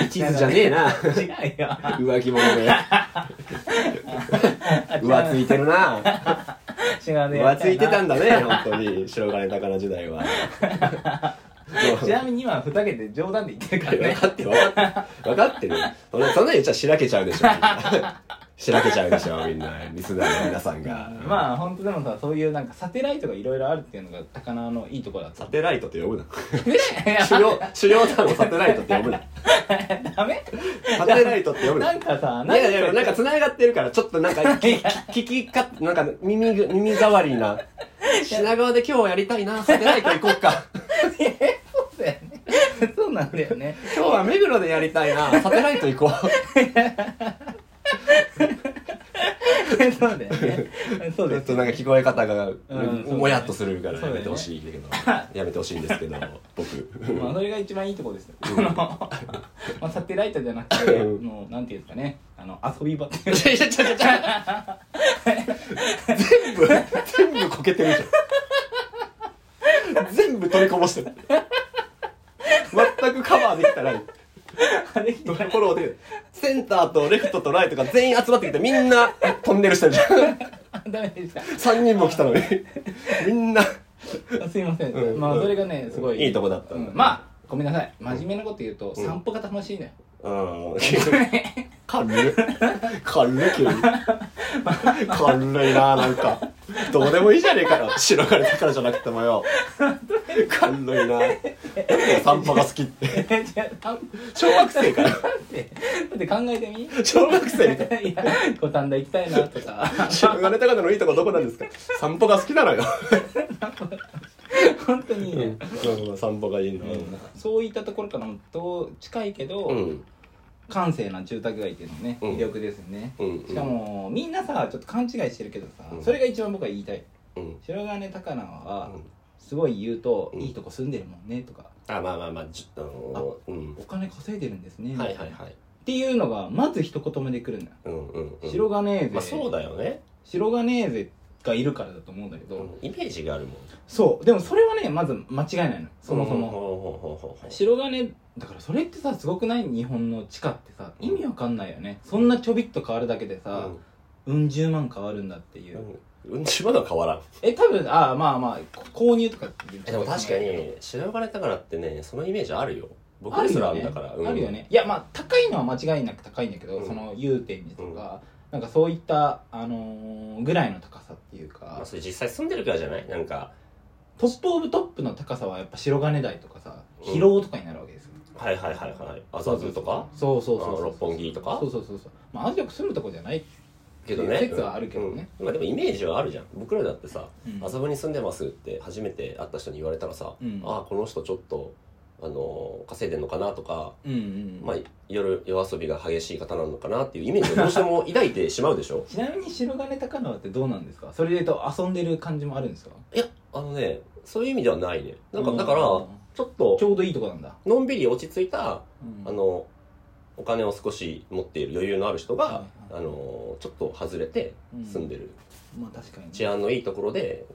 Speaker 2: 一途じゃねえ
Speaker 1: う
Speaker 2: な [laughs]
Speaker 1: よ
Speaker 2: 浮気者で浮ついてるな
Speaker 1: 品川でや
Speaker 2: 浮
Speaker 1: り
Speaker 2: つ
Speaker 1: たい
Speaker 2: いて
Speaker 1: な
Speaker 2: たんだね本当に白金高菜時代は
Speaker 1: ちなみに今ふざけて冗談で言ってる
Speaker 2: [laughs]
Speaker 1: から
Speaker 2: 分
Speaker 1: ね
Speaker 2: かってる分かってる分かってるよそんなそんな言っちゃしらけちゃうでしょみん [laughs] なしらけちゃうでしょみんなリスナーの皆さんがあ
Speaker 1: まあ本当でもさそういうなんかサテライトがいろいろあるっていうのが高輪のいいところだった
Speaker 2: サテライトって呼ぶな
Speaker 1: ねいや
Speaker 2: 狩猟狩猟団をサテライトって呼ぶ [laughs] な
Speaker 1: [laughs] ダメ
Speaker 2: サテライトって呼ぶな
Speaker 1: なんかさ
Speaker 2: いやいやいや、なんか繋がってるから、ちょっとなんか、き聞きか、なんか耳ぐ、耳代わりな。品川で今日やりたいな、サテライト行こっか。
Speaker 1: そうだよねそうなんだよね [laughs]
Speaker 2: 今日は目黒でやりたいな、サテライト行こう。
Speaker 1: そうだよねそう
Speaker 2: ちょ
Speaker 1: で
Speaker 2: っ
Speaker 1: す
Speaker 2: となんか聞こえ方が、
Speaker 1: んそう
Speaker 2: もやっとするから
Speaker 1: そう
Speaker 2: や
Speaker 1: だよ
Speaker 2: め
Speaker 1: ね
Speaker 2: てほしいんだけど、やめてほしいんですけど、僕。
Speaker 1: まあそれが一番いいとこですよ。あの、まあサテライトじゃなくて、
Speaker 2: うん
Speaker 1: もうなんていうんですかね、あの遊び場っていう。
Speaker 2: ちょちょちょちょ全部、全部こけてるじゃん。全部取りこぼしてる。全くカバーできたらいい。
Speaker 1: あ [laughs] れ
Speaker 2: ところで、センターとレフトとライトが全員集まってきて、みんなトンネルしてるじゃん。
Speaker 1: ダメでした。
Speaker 2: 3人も来たのに。みんな。
Speaker 1: あすいません。
Speaker 2: うん
Speaker 1: まあそれがね、すごい。
Speaker 2: いいとこだった
Speaker 1: うんまあ、ごめんなさい。真面目なこと言うと、散歩が楽しい [laughs] のよ。
Speaker 2: うん。軽い。 [laughs] 軽いけど。
Speaker 1: [laughs]
Speaker 2: 軽いななんか。どうでもいいじゃねえかよ。白金だからじゃなくてもよ。軽いな散歩が好きって。
Speaker 1: えじゃあ散歩
Speaker 2: 小学生かよ。
Speaker 1: って、だって考えて
Speaker 2: [laughs]
Speaker 1: み
Speaker 2: 小学生みたい。
Speaker 1: いや、五反田行きたいなとか。
Speaker 2: [laughs] 白金高田のいいとこどこなんですか散歩が好きなのよ。
Speaker 1: 本当にね。
Speaker 2: うん散歩がいいの。
Speaker 1: そういったところからもと近いけど、
Speaker 2: うん。
Speaker 1: 閑静な住宅街っていうのもね、
Speaker 2: うん
Speaker 1: 魅力ですよね。
Speaker 2: うんうん
Speaker 1: しかもみんなさちょっと勘違いしてるけどさ、
Speaker 2: うん
Speaker 1: それが一番僕は言いたい
Speaker 2: うん。
Speaker 1: 白金高輪は
Speaker 2: うん
Speaker 1: すごい言うと、
Speaker 2: うん
Speaker 1: いいとこ住んでるもんねとか
Speaker 2: あまあまあまあじあのーうん
Speaker 1: お金稼いでるんですね、
Speaker 2: はいはいはい
Speaker 1: っていうのがまず一言目で来るんだよ、
Speaker 2: うんうんうん
Speaker 1: 白金勢、
Speaker 2: まあそうだよね
Speaker 1: 白金勢がいるからだと思うんだけど、
Speaker 2: イメージがあるもん
Speaker 1: そうでもそれはねまず間違いないのそもそ
Speaker 2: うん
Speaker 1: も、
Speaker 2: ほうほうほうほう
Speaker 1: 白金だからそれってさすごくない日本の地下ってさ意味わかんないよねそんなちょびっと変わるだけでさ、うん十万変わるんだっていう、
Speaker 2: うんうんちまだ変わらん
Speaker 1: え多分ああまあまあ購入とかって言っち
Speaker 2: え
Speaker 1: ゃ
Speaker 2: で
Speaker 1: う
Speaker 2: も
Speaker 1: も
Speaker 2: 確かに白金宝ってねそのイメージあるよ僕
Speaker 1: ある
Speaker 2: ですら
Speaker 1: よ
Speaker 2: あ
Speaker 1: ね
Speaker 2: るんだから
Speaker 1: あるよねいやまあ高いのは間違いなく高いんだけど、
Speaker 2: うん
Speaker 1: その祐天寺とか、なんかそういった、あのーぐらいの高さっていう
Speaker 2: ま
Speaker 1: か
Speaker 2: あ、それ実際住んでるからじゃないなんか
Speaker 1: トップオブトップの高さはやっぱ白金台とかさ
Speaker 2: うん
Speaker 1: 広尾とかになるわけですよ、
Speaker 2: はいはいはいはい麻布とか
Speaker 1: そうそうそう
Speaker 2: あ
Speaker 1: そう
Speaker 2: 六本木とか
Speaker 1: そうそうそうそうまあアジア住むとこじゃない
Speaker 2: けどね
Speaker 1: 説はあるけどね、
Speaker 2: うんうんまあでもイメージはあるじゃん僕らだってさ
Speaker 1: うん
Speaker 2: 麻布に住んでますって初めて会った人に言われたらさ、
Speaker 1: うん
Speaker 2: ああこの人ちょっと、あのー稼いでんのかなとか、
Speaker 1: うんうん、
Speaker 2: まあ、夜夜遊びが激しい方なのかなっていうイメージ
Speaker 1: [laughs]
Speaker 2: をどうしても抱いてしまうでしょ
Speaker 1: ちなみに白金高輪ってどうなんですかそれでいうと遊んでる感じもあるんですか
Speaker 2: いやあのねそういう意味ではないねなんか
Speaker 1: うん
Speaker 2: だからちょっと
Speaker 1: ちょうどいいとこなんだ、
Speaker 2: のんびり落ち着いた
Speaker 1: うん
Speaker 2: あのお金を少し持っている余裕のある人が
Speaker 1: は、い
Speaker 2: あのーちょっと外れて住んでる
Speaker 1: まあ確かにね
Speaker 2: 治安のいいところで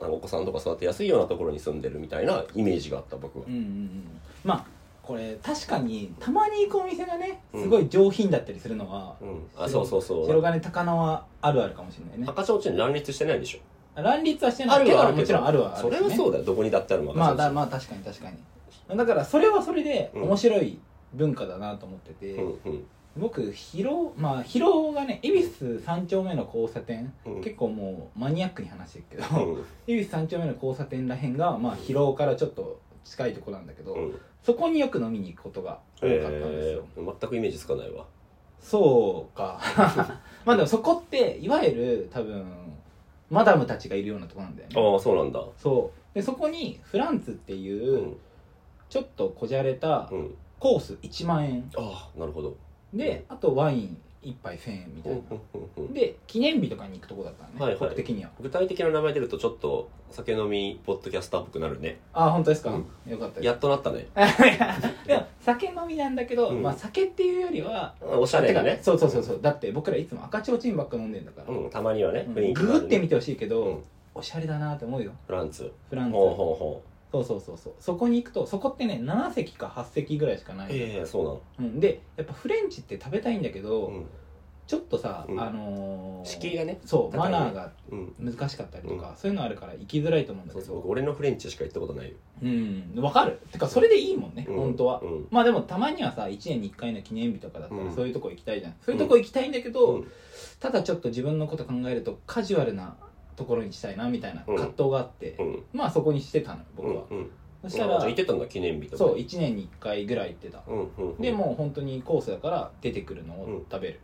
Speaker 2: あのお子さんとか育てやすいようなところに住んでるみたいなイメージがあった僕は
Speaker 1: うんうんうんうんまあこれ確かにたまに行くお店がね
Speaker 2: うん
Speaker 1: すごい上品だったりするのは、
Speaker 2: うんあそうそうそう
Speaker 1: 白金高輪はあるあるかもしれないね
Speaker 2: 赤ちょうちん乱立してないでしょ
Speaker 1: 乱立はしてないけ
Speaker 2: は
Speaker 1: どもちろんあるはあ
Speaker 2: そ
Speaker 1: る、ね、
Speaker 2: れはそうだよどこにだってあるもん
Speaker 1: まあ
Speaker 2: 赤ちょうち
Speaker 1: だ
Speaker 2: ん
Speaker 1: まあ確かに確かにだからそれはそれで
Speaker 2: うん
Speaker 1: 面白い文化だなと思ってて、
Speaker 2: うんうん
Speaker 1: 僕広まあ広尾がね恵比寿三丁目の交差点、
Speaker 2: うん
Speaker 1: 結構もうマニアックに話してるけど、 [laughs]
Speaker 2: うん
Speaker 1: 恵比寿三丁目の交差点らへんが、まあ、広尾からちょっと近いとこなんだけど、
Speaker 2: うん
Speaker 1: そこによく飲みに行くことが多かったんです
Speaker 2: え
Speaker 1: よ、
Speaker 2: ー全くイメージつかないわ
Speaker 1: そう
Speaker 2: [laughs]
Speaker 1: かまあでもそこっていわゆる多分マダムたちがいるようなとこなんだよね
Speaker 2: ああそうなんだ
Speaker 1: そうでそこにフランツっていうう、ちょっとこじゃれた
Speaker 2: うん
Speaker 1: コース1万円
Speaker 2: ああなるほど
Speaker 1: であとワイン1杯1000円みた
Speaker 2: う
Speaker 1: い
Speaker 2: ん
Speaker 1: な、
Speaker 2: うんうんうん
Speaker 1: で記念日とかに行くとこだったのね、
Speaker 2: はいはい
Speaker 1: 僕的には
Speaker 2: 具体的な名前出るとちょっと酒飲みポッドキャスターっぽくなるね
Speaker 1: ああ本当ですか、
Speaker 2: うん
Speaker 1: よかったです
Speaker 2: やっとなったね
Speaker 1: [laughs] でも酒飲みなんだけど、
Speaker 2: うん
Speaker 1: まあ、酒っていうよりは
Speaker 2: おしゃれ
Speaker 1: て
Speaker 2: が
Speaker 1: か
Speaker 2: ね
Speaker 1: そうそうそうそうだって僕らいつも赤ちょうちんばっか飲んでんだから、
Speaker 2: うんたまにはね
Speaker 1: うん
Speaker 2: 雰囲気
Speaker 1: グ
Speaker 2: があ
Speaker 1: グ
Speaker 2: る
Speaker 1: って
Speaker 2: ね
Speaker 1: みてほしいけど、
Speaker 2: うん
Speaker 1: おしゃれだなって思うよ
Speaker 2: フランツ
Speaker 1: フランス
Speaker 2: ほうほうほう
Speaker 1: そうそうそうそうそこに行くとそこってね7席か8席ぐらいしかない、
Speaker 2: ええそうなの
Speaker 1: うん、でやっぱフレンチって食べたいんだけど、
Speaker 2: うん
Speaker 1: ちょっとさ、
Speaker 2: うん
Speaker 1: あのー、
Speaker 2: 敷居がね
Speaker 1: そうマ
Speaker 2: 高いね
Speaker 1: ナーが
Speaker 2: うん
Speaker 1: 難しかったりとか、
Speaker 2: う
Speaker 1: そういうのあるから行きづらいと思うんだ
Speaker 2: そ
Speaker 1: け
Speaker 2: うそう
Speaker 1: ど
Speaker 2: 僕俺のフレンチしか行ったことないよ
Speaker 1: うんわかるてかそれでいいもんね、
Speaker 2: うん
Speaker 1: 本当は
Speaker 2: うん
Speaker 1: まあでもたまにはさ1年に1回の記念日とかだったら
Speaker 2: うん
Speaker 1: そういうとこ行きたいじゃん、そういうとこ行きたいんだけど、
Speaker 2: うん
Speaker 1: ただちょっと自分のこと考えるとカジュアルなところにしたいなみたいな葛藤があって、
Speaker 2: うん
Speaker 1: まあそこにしてたのよ僕は、
Speaker 2: うんうん
Speaker 1: そした
Speaker 2: あ
Speaker 1: ら
Speaker 2: じゃあ行ってたんだ記念日とか
Speaker 1: そう1年に1回ぐらい行ってた、
Speaker 2: うんうんうん
Speaker 1: でもう本当にコースだから出てくるのを食べる、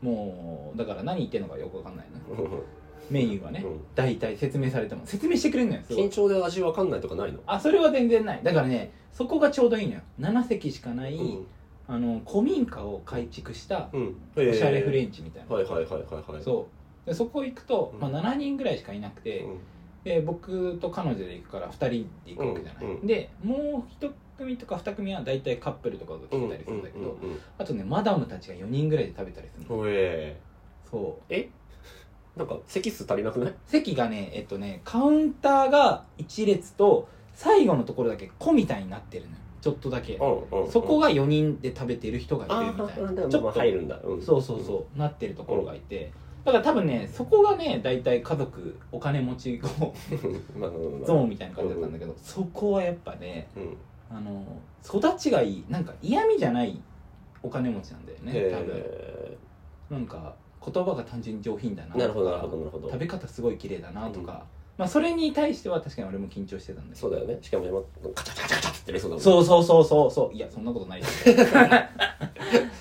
Speaker 1: もうだから何言ってんのかよくわかんないね
Speaker 2: うんうん
Speaker 1: メニューはね、
Speaker 2: うん
Speaker 1: 大体説明されても説明してくれんのよすごい
Speaker 2: 緊張で味わかんないとかないの
Speaker 1: あそれは全然ないだからねそこがちょうどいいのよ7席しかない、
Speaker 2: うん
Speaker 1: あの古民家を改築した
Speaker 2: うん
Speaker 1: おしゃれフレ
Speaker 2: ン
Speaker 1: ンチみたいな、
Speaker 2: はいはいはいはいはい
Speaker 1: そうでそこ行くと
Speaker 2: う、ん
Speaker 1: まあ、7人ぐらいしかいなくて、
Speaker 2: うん
Speaker 1: で僕と彼女で行くから2人で行くわけじゃない、
Speaker 2: うんうん
Speaker 1: でもう1組とか2組は大体カップルとかが来てたりするんだけど、
Speaker 2: うんうんうん
Speaker 1: あとねマダムたちが4人ぐらいで食べたりするの、
Speaker 2: ほえ
Speaker 1: そう
Speaker 2: えなんか席数足りなくない
Speaker 1: 席がねえっとねカウンターが1列と最後のところだけ子みたいになってるのよちょっとだけ、
Speaker 2: うんうん
Speaker 1: そこが4人で食べてる人がい
Speaker 2: あ
Speaker 1: るみたいな、
Speaker 2: あ
Speaker 1: ち
Speaker 2: ち
Speaker 1: ょっ
Speaker 2: ょ
Speaker 1: と
Speaker 2: っと入るんだうん
Speaker 1: そうそうそうなってるところがいてだから多分ねそこがね大体家族お金持ちこう
Speaker 2: まあまあま
Speaker 1: [laughs]
Speaker 2: あ
Speaker 1: ゾーンみたいな感じだったんだけどそこはやっぱね
Speaker 2: うん
Speaker 1: あの育ちがいいなんか嫌味じゃないお金持ちなんだよね多分
Speaker 2: へ
Speaker 1: なんか言葉が単純に上品だな
Speaker 2: ーなるほ
Speaker 1: と
Speaker 2: どなるほ
Speaker 1: か
Speaker 2: どなるほど
Speaker 1: 食べ方すごい綺麗だなとか、まあそれに対しては確かに俺も緊張してたんだけど
Speaker 2: そうだよねしかも山カチャカチャカチャカチャってやりそうだもん
Speaker 1: そうそうそうそうそういやそんなことないです
Speaker 2: [laughs]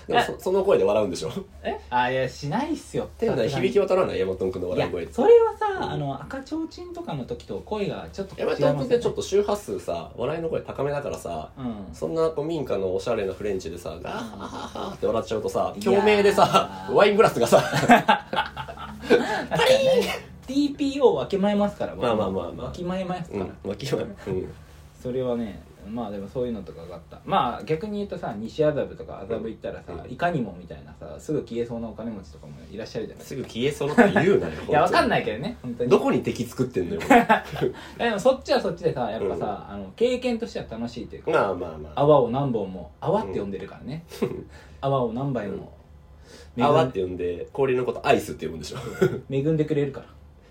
Speaker 2: でもそ [laughs] その声で笑うんでしょ
Speaker 1: えあいやしないっすよっ
Speaker 2: でもね響き渡らない山本君の
Speaker 1: いや
Speaker 2: 笑い声
Speaker 1: それはさ、
Speaker 2: うん
Speaker 1: あの赤ちょうちんとかの時と声がちょっと違い
Speaker 2: 山
Speaker 1: ま
Speaker 2: 本
Speaker 1: すよ
Speaker 2: 君ってちょっと周波数さ笑いの声高めだからさ
Speaker 1: うん
Speaker 2: そんな古民家のおしゃれなフレンチでさガーハハハって笑っちゃうとさ
Speaker 1: いやー
Speaker 2: 共鳴でさワイングラス
Speaker 1: [laughs]
Speaker 2: がさ
Speaker 1: パリーン TPO をわきまえますから僕
Speaker 2: まあまあまあまあ
Speaker 1: わきまえますか
Speaker 2: う
Speaker 1: ら、
Speaker 2: ん脇はうん
Speaker 1: それはねまあでもそういうのとかがあったまあ逆に言うとさ西麻布とか麻布行ったらさ、
Speaker 2: うん
Speaker 1: いかにもみたいなさすぐ消えそうなお金持ちとかもいらっしゃるじゃない
Speaker 2: すぐ消えそうって言うなよ
Speaker 1: いやわかん
Speaker 2: い
Speaker 1: ないけどね本当に
Speaker 2: どこに敵作ってんのよこ
Speaker 1: [laughs]
Speaker 2: れ
Speaker 1: でもそっちはそっちでさやっぱさ、あの経験としては楽しいというか
Speaker 2: まあまあまあ
Speaker 1: 泡を何本も泡って呼んでるからね、泡を何杯も恵ん
Speaker 2: 泡って呼んで氷のことアイスって呼ぶん
Speaker 1: [laughs]
Speaker 2: でしょ
Speaker 1: 恵んでくれるから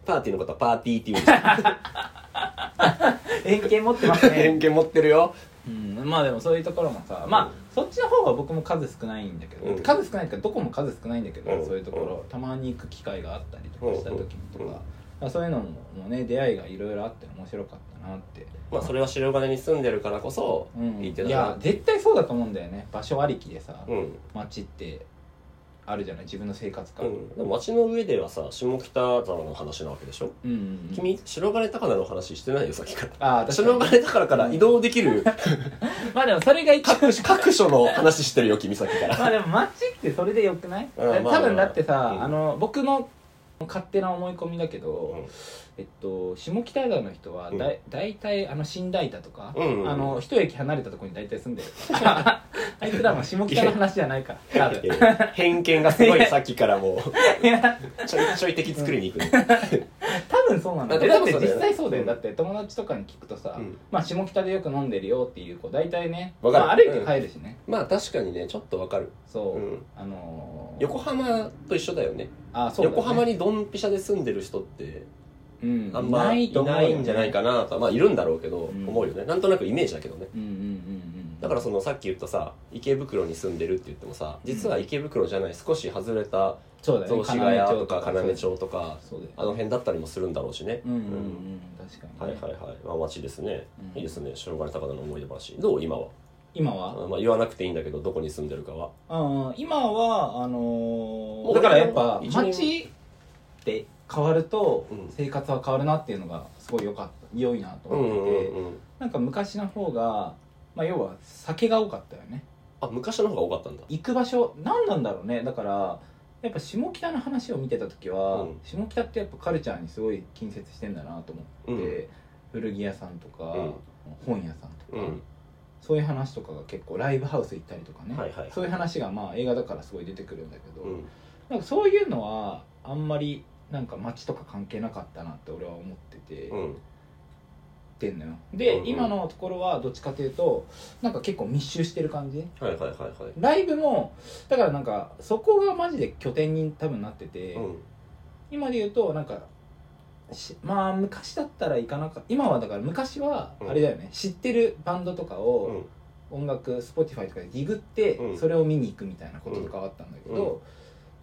Speaker 2: パーティーのことはパーティーって言うんでしょ
Speaker 1: 偏見持ってます
Speaker 2: 偏
Speaker 1: ね、
Speaker 2: 見持ってるよ
Speaker 1: [laughs] うん、まあでもそういうところもさまあそっちの方が僕も数少ないんだけど、
Speaker 2: うん
Speaker 1: 数少ないっていうかどこも数少ないんだけど、
Speaker 2: うん
Speaker 1: そういうところたまに行く機会があったりとかした時とか、
Speaker 2: うんうん
Speaker 1: まあ、そういうのもね出会いがいろいろあって面白かったなって、
Speaker 2: まあそれは白金に住んでるからこそ
Speaker 1: うん、
Speaker 2: 言
Speaker 1: い
Speaker 2: ってた
Speaker 1: や絶対そうだと思うんだよね場所ありきでさ、
Speaker 2: うん、
Speaker 1: 街ってあるじゃない自分の生活
Speaker 2: う
Speaker 1: 感、
Speaker 2: ん、でも街の上ではさ下北沢の話なわけでしょ、
Speaker 1: うんうんうん
Speaker 2: 君白金高菜の話してないよさっきから
Speaker 1: ああ確か
Speaker 2: 白
Speaker 1: に
Speaker 2: 金高菜から移動できる
Speaker 1: まあでもそれが一番
Speaker 2: 各各所の話してるよ君さっきから
Speaker 1: まあでも街ってそれでよくない
Speaker 2: うんまあまあ
Speaker 1: 多分だってさ、
Speaker 2: うん
Speaker 1: あの僕の勝手な思い込みだけど、えっと、下北沢の人はだ,、い大体あの新大田とか、
Speaker 2: うんうんうん
Speaker 1: [laughs] あの一駅離れたところに大体住んでるだあいつらも下北の話じゃないから多分
Speaker 2: いやいや偏見がすごいさっきからも
Speaker 1: [laughs]
Speaker 2: う
Speaker 1: いや
Speaker 2: ちょいちょい敵作りに行くね、
Speaker 1: 多分そうなんだよ
Speaker 2: だ
Speaker 1: だ
Speaker 2: っ
Speaker 1: ってて
Speaker 2: 多分そうだよね
Speaker 1: 実際そうだよ、
Speaker 2: うん
Speaker 1: だって友達とかに聞くとさ、
Speaker 2: うん
Speaker 1: まあ下北でよく飲んでるよっていう子大体ね、
Speaker 2: わかる
Speaker 1: まあ、歩いて帰るしね、
Speaker 2: まあ確かにねちょっとわかる
Speaker 1: そう、
Speaker 2: うん
Speaker 1: あのー、
Speaker 2: 横浜と一緒だよね
Speaker 1: あそうだね
Speaker 2: 横浜にドンピシャで住んでる人って
Speaker 1: うん
Speaker 2: あんまい
Speaker 1: と思うよ
Speaker 2: ないんじゃないかなとまあいるんだろうけど、
Speaker 1: うん
Speaker 2: 思うよねなんとなくイメージだけどね
Speaker 1: うんうんうんうん
Speaker 2: だからそのさっき言ったさ池袋に住んでるって言ってもさ実は池袋じゃない少し外れた
Speaker 1: そうだよ
Speaker 2: 雑
Speaker 1: ね
Speaker 2: 司ヶ谷とか要
Speaker 1: そう
Speaker 2: 町とか
Speaker 1: そうだよ
Speaker 2: あの辺だったりもするんだろうしね
Speaker 1: うんうんうん確かに、ね
Speaker 2: はいはいはい、まあ、街ですね、
Speaker 1: うん
Speaker 2: いいですね白金高田の思い出話どう今は
Speaker 1: 今は
Speaker 2: あまあ、言わなくていいんだけどどこに住んでるかは
Speaker 1: あー今はあの
Speaker 2: もう
Speaker 1: ー、だからやっぱ
Speaker 2: 一年
Speaker 1: 街って変わると
Speaker 2: うん
Speaker 1: 生活は変わるなっていうのがすごい良かった良いなと思っていて、
Speaker 2: ん
Speaker 1: なんか昔の方が、まあ、要は酒が多かったよね
Speaker 2: あ昔の方が多かったんだ
Speaker 1: 行く場所何なんだろうねだからやっぱ下北の話を見てた時は、
Speaker 2: うん
Speaker 1: 下北ってやっぱカルチャーにすごい近接してんだなと思
Speaker 2: う
Speaker 1: って、
Speaker 2: ん
Speaker 1: 古着屋さんとか、
Speaker 2: うん
Speaker 1: 本屋さんと
Speaker 2: う
Speaker 1: か、
Speaker 2: ん
Speaker 1: そういう話とかが結構ライブハウス行ったりとかね、
Speaker 2: はいはい
Speaker 1: そういう話がまあ映画だからすごい出てくるんだけど、
Speaker 2: うん
Speaker 1: なんかそういうのはあんまりなんか街とか関係なかったなって俺は思ってて。
Speaker 2: うん
Speaker 1: ってんのよで、
Speaker 2: うんうん
Speaker 1: 今のところはどっちかというとなんか結構密集してる感じ
Speaker 2: はいはいはいはい
Speaker 1: ライブもだからなんかそこがマジで拠点に多分なってて、
Speaker 2: うん
Speaker 1: 今で言うとなんかしまあ昔だったら行かなか今はだから昔は
Speaker 2: うん
Speaker 1: あれだよね、知ってるバンドとか
Speaker 2: う
Speaker 1: を
Speaker 2: ん
Speaker 1: 音楽 Spotify とかでディグって
Speaker 2: うん
Speaker 1: それを見に行くみたいなこととかはあったんだけ
Speaker 2: うんう
Speaker 1: ど、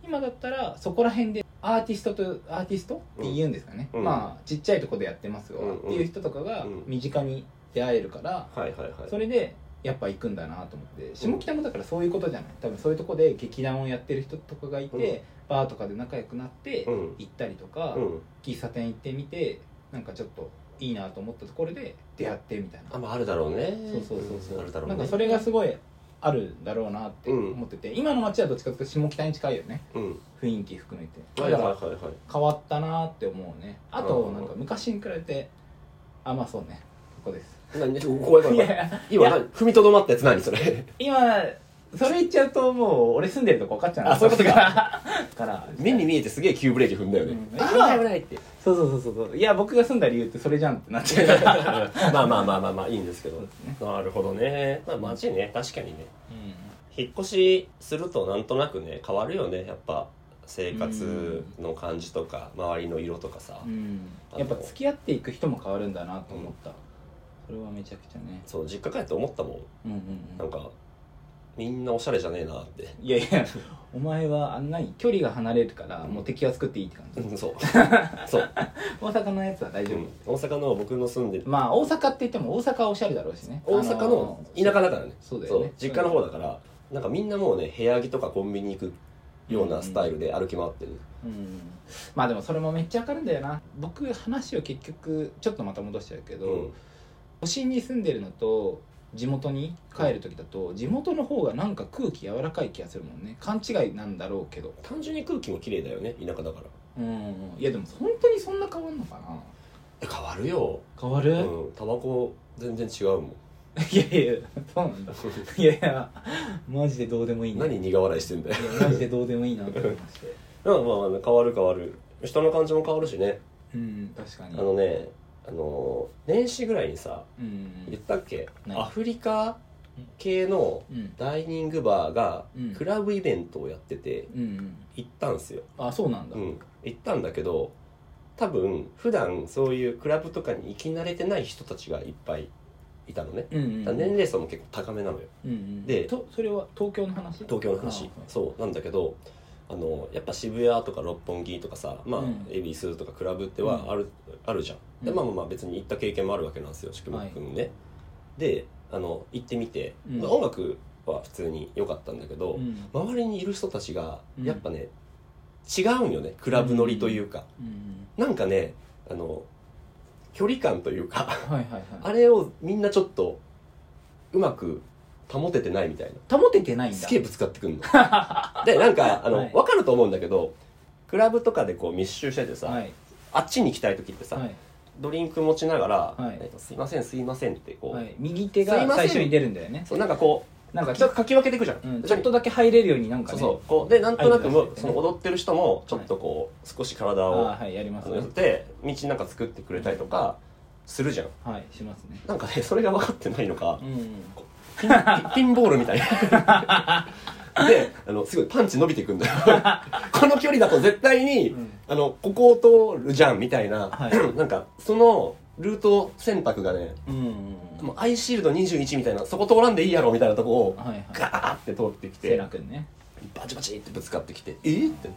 Speaker 1: 今だったらそこら辺でアーティストとアーティストって言うんですかね、
Speaker 2: うん
Speaker 1: まあちっちゃいとこでやってますよ
Speaker 2: うんうん
Speaker 1: っていう人とかが
Speaker 2: うん
Speaker 1: 身近に出会えるから、
Speaker 2: はいはいはい
Speaker 1: それでやっぱ行くんだなと思って下北もだからそういうことじゃない多分そういうとこで劇団をやってる人とかがいて、
Speaker 2: うん
Speaker 1: バーとかで仲良くなって
Speaker 2: うん
Speaker 1: 行ったりとか、
Speaker 2: うん
Speaker 1: 喫茶店行ってみてなんかちょっといいなと思ったところで出会ってみたいな
Speaker 2: あまああるだろうね
Speaker 1: そうそうそうそう、
Speaker 2: んあるだろう
Speaker 1: な
Speaker 2: ね
Speaker 1: んかそれがすごいあるんだろうなって思ってて、今の街はどっちかというと下北に近いよね
Speaker 2: うん
Speaker 1: 雰囲気含めて
Speaker 2: は
Speaker 1: だ
Speaker 2: い
Speaker 1: か
Speaker 2: はいは
Speaker 1: ら
Speaker 2: いはい
Speaker 1: 変わったなって思うねあ
Speaker 2: う
Speaker 1: と
Speaker 2: ん
Speaker 1: なんか昔に比べてあまあそうねここです
Speaker 2: 何ちょ怖い怖い
Speaker 1: い
Speaker 2: 怖い
Speaker 1: や
Speaker 2: 今何踏みとどまったやつ何そ [laughs] れ
Speaker 1: 今それ言っちゃうともう俺住んでるとこ分かっちゃうな
Speaker 2: あそういうことか
Speaker 1: だ [laughs] から
Speaker 2: 目に見えてすげえ急ブレーキ踏んだよね、
Speaker 1: うん
Speaker 2: 危ない危ないって
Speaker 1: そうそうそうそういや僕が住んだ理由ってそれじゃんってなっちゃうから、
Speaker 2: [laughs] まあまあまあまあまあいいんですけど、
Speaker 1: そうですね
Speaker 2: なるほどねまあ街ね確かにね引っ越しするとなんとなくね変わるよねやっぱ生活の感じとか周りの色とかさ、
Speaker 1: うん、やっぱ付き合っていく人も変わるんだなと思った、それはめちゃくちゃね
Speaker 2: そう実家帰って思ったも
Speaker 1: うんうんう
Speaker 2: んなんんかみんなおしゃれじゃねえなって
Speaker 1: いやいやお前はあんなに距離が離れるからもう敵は作っていいって感じ、
Speaker 2: う
Speaker 1: [laughs]
Speaker 2: んそうそう、
Speaker 1: 大阪のやつは大
Speaker 2: う
Speaker 1: 丈夫、
Speaker 2: ん、大阪の僕の住んでる
Speaker 1: まあ大阪って言っても大阪はおしゃれだろうしね
Speaker 2: 大阪の田舎だからね
Speaker 1: そうだ
Speaker 2: そ
Speaker 1: よ
Speaker 2: う
Speaker 1: ね
Speaker 2: 実家の方だからなんかみんなもうね部屋着とかコンビニ行くようなスタイルで歩き回ってる、
Speaker 1: うんまあでもそれもめっちゃわかるんだよな僕話を結局ちょっとまた戻しちゃうけど、
Speaker 2: うん
Speaker 1: 都心に住んでるのと地元に帰る時だと地元の方がなんか空気柔らかい気がするもんね勘違いなんだろうけど
Speaker 2: 単純に空気も綺麗だよね田舎だから
Speaker 1: うんいやでも本当にそんな変わんのかな
Speaker 2: え変わるよ
Speaker 1: 変わる、
Speaker 2: うんタバコ全然違うもん
Speaker 1: [laughs] いやいやそうなんだいやいやマジでどうでもいいね
Speaker 2: [laughs] 何苦笑いしてんだよ [laughs]
Speaker 1: いやマジでどうでもいいなと思いまして
Speaker 2: まあまあまあ変わる変わる人の感じも変わるしね、
Speaker 1: うん確かに
Speaker 2: あのねあの年始ぐらいにさ
Speaker 1: うん
Speaker 2: 言ったっけ
Speaker 1: ない
Speaker 2: アフリカ系の
Speaker 1: うん
Speaker 2: ダイニングバーが
Speaker 1: うん
Speaker 2: クラブイベントをやってて
Speaker 1: うんうん
Speaker 2: 行ったんすよ、
Speaker 1: あそうなんだ
Speaker 2: う、ん、行ったんだけど多分普段そういうクラブとかに行き慣れてない人たちがいっぱいいたのね
Speaker 1: うんうん
Speaker 2: だから年齢層も結構高めなのよ
Speaker 1: うんうん、
Speaker 2: で
Speaker 1: とそれは東京の話
Speaker 2: 東京の話
Speaker 1: あ
Speaker 2: そうなんだけどあのやっぱ渋谷とか六本木とかさまあ
Speaker 1: うん
Speaker 2: 恵比寿とかクラブってはある,、あるじゃんで
Speaker 1: うん
Speaker 2: まあまあまあ別に行った経験もあるわけなんですよ宿泊君ね、であの行ってみて、
Speaker 1: うん
Speaker 2: 音楽は普通に良かったんだけど、
Speaker 1: うん
Speaker 2: 周りにいる人たちが
Speaker 1: うん
Speaker 2: やっぱね、違うんよねクラブ乗りというか、
Speaker 1: うん
Speaker 2: なんかねあの距離感というか [laughs]
Speaker 1: はいはいは
Speaker 2: あれをみんなちょっとうまく保ててないみたいない
Speaker 1: 保ててないんだ
Speaker 2: すげえぶつかって
Speaker 1: [laughs]
Speaker 2: くんのでなんかあの、
Speaker 1: はい
Speaker 2: 分かると思うんだけどクラブとかでこう密集しててさ、
Speaker 1: はい
Speaker 2: あっちに行きたい時ってさ、
Speaker 1: はい、
Speaker 2: ドリンク持ちながら「
Speaker 1: はい
Speaker 2: えっとすいませんすいません」ってこう、
Speaker 1: はい、右手
Speaker 2: すい
Speaker 1: が
Speaker 2: ませ
Speaker 1: 最
Speaker 2: ん
Speaker 1: 初に出るんだよね
Speaker 2: そうなんかこう
Speaker 1: なんかち
Speaker 2: ちょ
Speaker 1: ょ
Speaker 2: っ
Speaker 1: っ
Speaker 2: とかき分けていくじゃん、
Speaker 1: と、うん、ちょっとだけ入れるようになんか
Speaker 2: そ
Speaker 1: ね
Speaker 2: うそうこうでなんとなくも
Speaker 1: アイデア出してね
Speaker 2: その踊ってる人もちょっとこう少し体
Speaker 1: あ
Speaker 2: を
Speaker 1: ーはいやります
Speaker 2: 寄
Speaker 1: ね
Speaker 2: せて道なんか作ってくれたりとかするじゃん
Speaker 1: はいしますね
Speaker 2: なんかねそれが分かってないの
Speaker 1: [laughs]
Speaker 2: か
Speaker 1: うん
Speaker 2: ピンピンボールみた
Speaker 1: [laughs]
Speaker 2: いなであのすごいパンチ伸びていくんだよこの距離だと絶対に、
Speaker 1: うん
Speaker 2: あのここを通るじゃんみたいな、
Speaker 1: はい
Speaker 2: [clears throat] なんかそのルート選択がね
Speaker 1: うん
Speaker 2: もうアイシールド21みたいなそこ通らんでいいやろみたいなとこを
Speaker 1: はいはい
Speaker 2: ガーって通ってき
Speaker 1: セイ
Speaker 2: て
Speaker 1: ラくんね
Speaker 2: バチバチってぶつかってきてえっって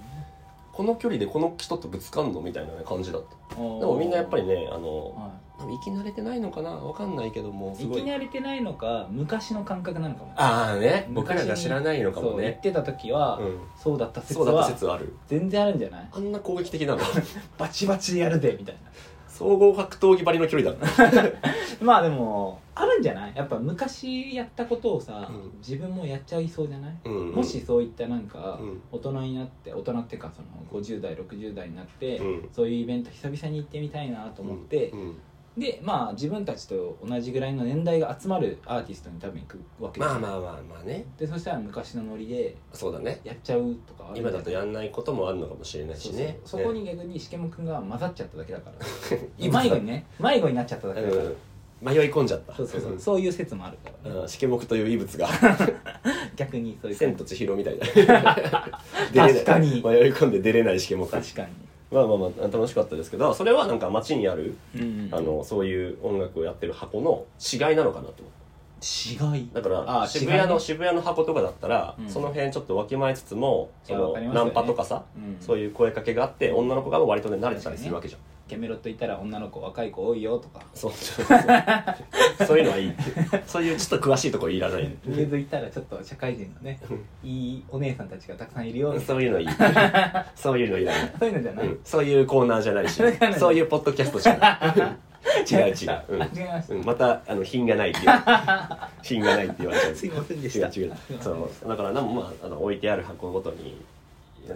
Speaker 2: この距離でこの人とぶつかんのみたいなね感じだった
Speaker 1: で
Speaker 2: でもみんなやっぱりねあの
Speaker 1: は
Speaker 2: 生き慣れてないのかなわかんないけども
Speaker 1: い
Speaker 2: す
Speaker 1: 生
Speaker 2: ご
Speaker 1: き
Speaker 2: い
Speaker 1: 慣れてないのか昔の感覚なのかも
Speaker 2: ああね僕ら
Speaker 1: 昔
Speaker 2: が知らないのかも
Speaker 1: そう言っ
Speaker 2: ね
Speaker 1: てた時は、
Speaker 2: うん
Speaker 1: そうだった説
Speaker 2: そうだった
Speaker 1: は
Speaker 2: 説ある
Speaker 1: 全然あるんじゃない
Speaker 2: あんな攻撃的なの
Speaker 1: バチバチでやるでみたいな
Speaker 2: [laughs] 総合格闘技ばりの距離だった
Speaker 1: まあでもあるんじゃないやっぱ昔やったことをさ、
Speaker 2: うん
Speaker 1: 自分もやっちゃいそうじゃない、
Speaker 2: うん
Speaker 1: もしそういったなんか、
Speaker 2: うん
Speaker 1: 大人になって大人っていうかその50代60代になって、
Speaker 2: うん
Speaker 1: そういうイベント久々に行ってみたいなと思って、
Speaker 2: うんうん
Speaker 1: でまあ自分たちと同じぐらいの年代が集まるアーティストに多分行くわけです
Speaker 2: まあまあまあまあね
Speaker 1: でそしたら昔のノリで
Speaker 2: そうだね
Speaker 1: やっちゃうとかあるんじゃな
Speaker 2: 今
Speaker 1: い
Speaker 2: だとやんないこともあるのかもしれないしね
Speaker 1: そうそうそこ
Speaker 2: ね
Speaker 1: に逆にしけもくんが混ざっちゃっただけだから
Speaker 2: [laughs] 今
Speaker 1: 迷子にね迷子になっちゃっただけだから、
Speaker 2: うん迷い込んじゃった
Speaker 1: そうそうそうそういう説もあるから、ね、
Speaker 2: うん、シケモクという異物が
Speaker 1: 逆にそういう
Speaker 2: 千
Speaker 1: 感
Speaker 2: と千尋みた
Speaker 1: [laughs]
Speaker 2: いな出れな
Speaker 1: 確
Speaker 2: い
Speaker 1: かに
Speaker 2: 迷い込んで出れないシケモク
Speaker 1: 確か
Speaker 2: まあまあまあ楽しかったですけどそれはなんか街にある、
Speaker 1: に、うんうん、
Speaker 2: あのそういう音楽をやってる箱の違いなのかなと思って
Speaker 1: 違い
Speaker 2: だから
Speaker 1: あ
Speaker 2: 渋谷
Speaker 1: 違い
Speaker 2: の
Speaker 1: ね
Speaker 2: 渋谷の箱とかだったら、
Speaker 1: うん
Speaker 2: その辺ちょっとわきまえつつもそ
Speaker 1: いや
Speaker 2: の
Speaker 1: わかります
Speaker 2: ナ
Speaker 1: よね
Speaker 2: ンパとかさ、
Speaker 1: うん
Speaker 2: そういう声かけがあって女の子が割とね慣れてたりするわけじゃん、
Speaker 1: キャメロットいたら女の子若い子多いよとか
Speaker 2: そうそうそうそういうのはいいってそういうちょっと詳しいとこいらない
Speaker 1: ミューズいたらちょっと社会人のねいいお姉さんたちがたくさんいるよ
Speaker 2: そういうのいいそういうのいらない
Speaker 1: そういうのじゃない、
Speaker 2: うんそういうコーナーじゃな
Speaker 1: [laughs]
Speaker 2: いし
Speaker 1: それからね
Speaker 2: そういうポッドキャストじゃない
Speaker 1: [laughs]
Speaker 2: 違う違う、うん
Speaker 1: あ違いました、
Speaker 2: うんまたあの品
Speaker 1: [laughs]
Speaker 2: がないって言われ品がないって言われちゃう
Speaker 1: すいませんでした
Speaker 2: 違う違う
Speaker 1: すいません
Speaker 2: そうだからなんも、まあ、あの置いてある箱ごとに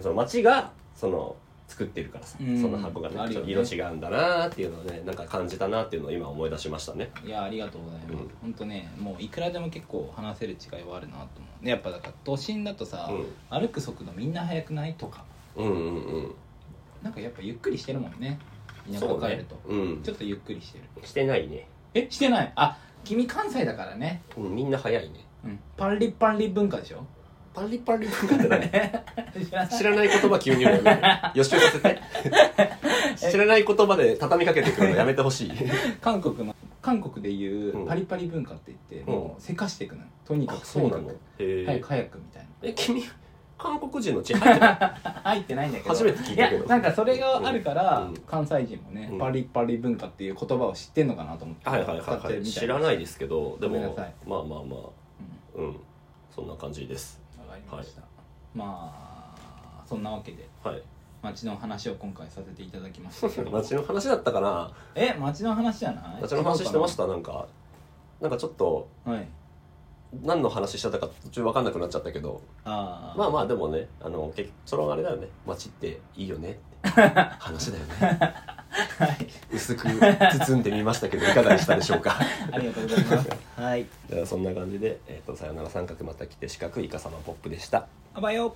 Speaker 2: その町がその作ってるからさ、
Speaker 1: うん
Speaker 2: その箱がね
Speaker 1: あるよね
Speaker 2: ちょっと色違うんだなっていうのをねなんか感じたなっていうのを今思い出しましたね
Speaker 1: いやありがとうございます、
Speaker 2: うん
Speaker 1: ほんとねもういくらでも結構話せる違いはあるなと思うねやっぱだから都心だとさ、歩く速度みんな速くないとか
Speaker 2: うんうんうん
Speaker 1: なんかやっぱゆっくりしてるもんね
Speaker 2: うん
Speaker 1: 田舎
Speaker 2: そう
Speaker 1: 帰
Speaker 2: ね
Speaker 1: ると、
Speaker 2: うん
Speaker 1: ちょっとゆっくりしてる
Speaker 2: してないね、
Speaker 1: えしてないあ君関西だからね、
Speaker 2: うん、みんな早いね
Speaker 1: うん、パンリパンリ文化でしょ
Speaker 2: パリパリ文化って何
Speaker 1: 知らない
Speaker 2: 知らない言葉急に言うの
Speaker 1: [laughs]
Speaker 2: やめ予習させて知らない言葉で畳みかけてくるのやめて
Speaker 1: [laughs]
Speaker 2: ほしい
Speaker 1: 韓国の韓国でいううんパリパリ文化って言って、
Speaker 2: うん
Speaker 1: もうせかしていくのよとにか
Speaker 2: あ
Speaker 1: く
Speaker 2: そうなの
Speaker 1: と
Speaker 2: へ
Speaker 1: にかく早
Speaker 2: え
Speaker 1: く早くみたいな
Speaker 2: え君韓国人の血入ってた
Speaker 1: [laughs] 入ってないんだけど
Speaker 2: 初めて聞いたけど
Speaker 1: やなんかそれがあるから、
Speaker 2: うん
Speaker 1: 関西人もね、
Speaker 2: うん
Speaker 1: パリパリ文化っていう言葉を知ってんのかなと思って
Speaker 2: はいはいは
Speaker 1: 使っ
Speaker 2: い、
Speaker 1: て
Speaker 2: は
Speaker 1: る
Speaker 2: い、
Speaker 1: みた
Speaker 2: 知ら
Speaker 1: い
Speaker 2: ないですけどで
Speaker 1: ごめんな
Speaker 2: も
Speaker 1: さい
Speaker 2: まあま
Speaker 1: う
Speaker 2: あま
Speaker 1: ん
Speaker 2: あうんそんな感じです
Speaker 1: わかりました、まあそんなわけで
Speaker 2: はい
Speaker 1: 町の話を今回させていただきましたけど
Speaker 2: 街の話だったかな
Speaker 1: え町の話じゃない
Speaker 2: 街の話してまし
Speaker 1: 違
Speaker 2: たなんかなんかちょっと
Speaker 1: うかなはい
Speaker 2: 何の話してたか途中分かんなくなっちゃったけど
Speaker 1: ああ
Speaker 2: まあまあでもねあの結それはあれだよね街っていいよねって話だよね
Speaker 1: はい
Speaker 2: 薄く包んでみましたけどいかがでしたでしょうか [laughs]
Speaker 1: ありがとうございますはい
Speaker 2: じゃあそんな感じで、えっとさよなら三角また来て四角いかさまポップでした
Speaker 1: あばよ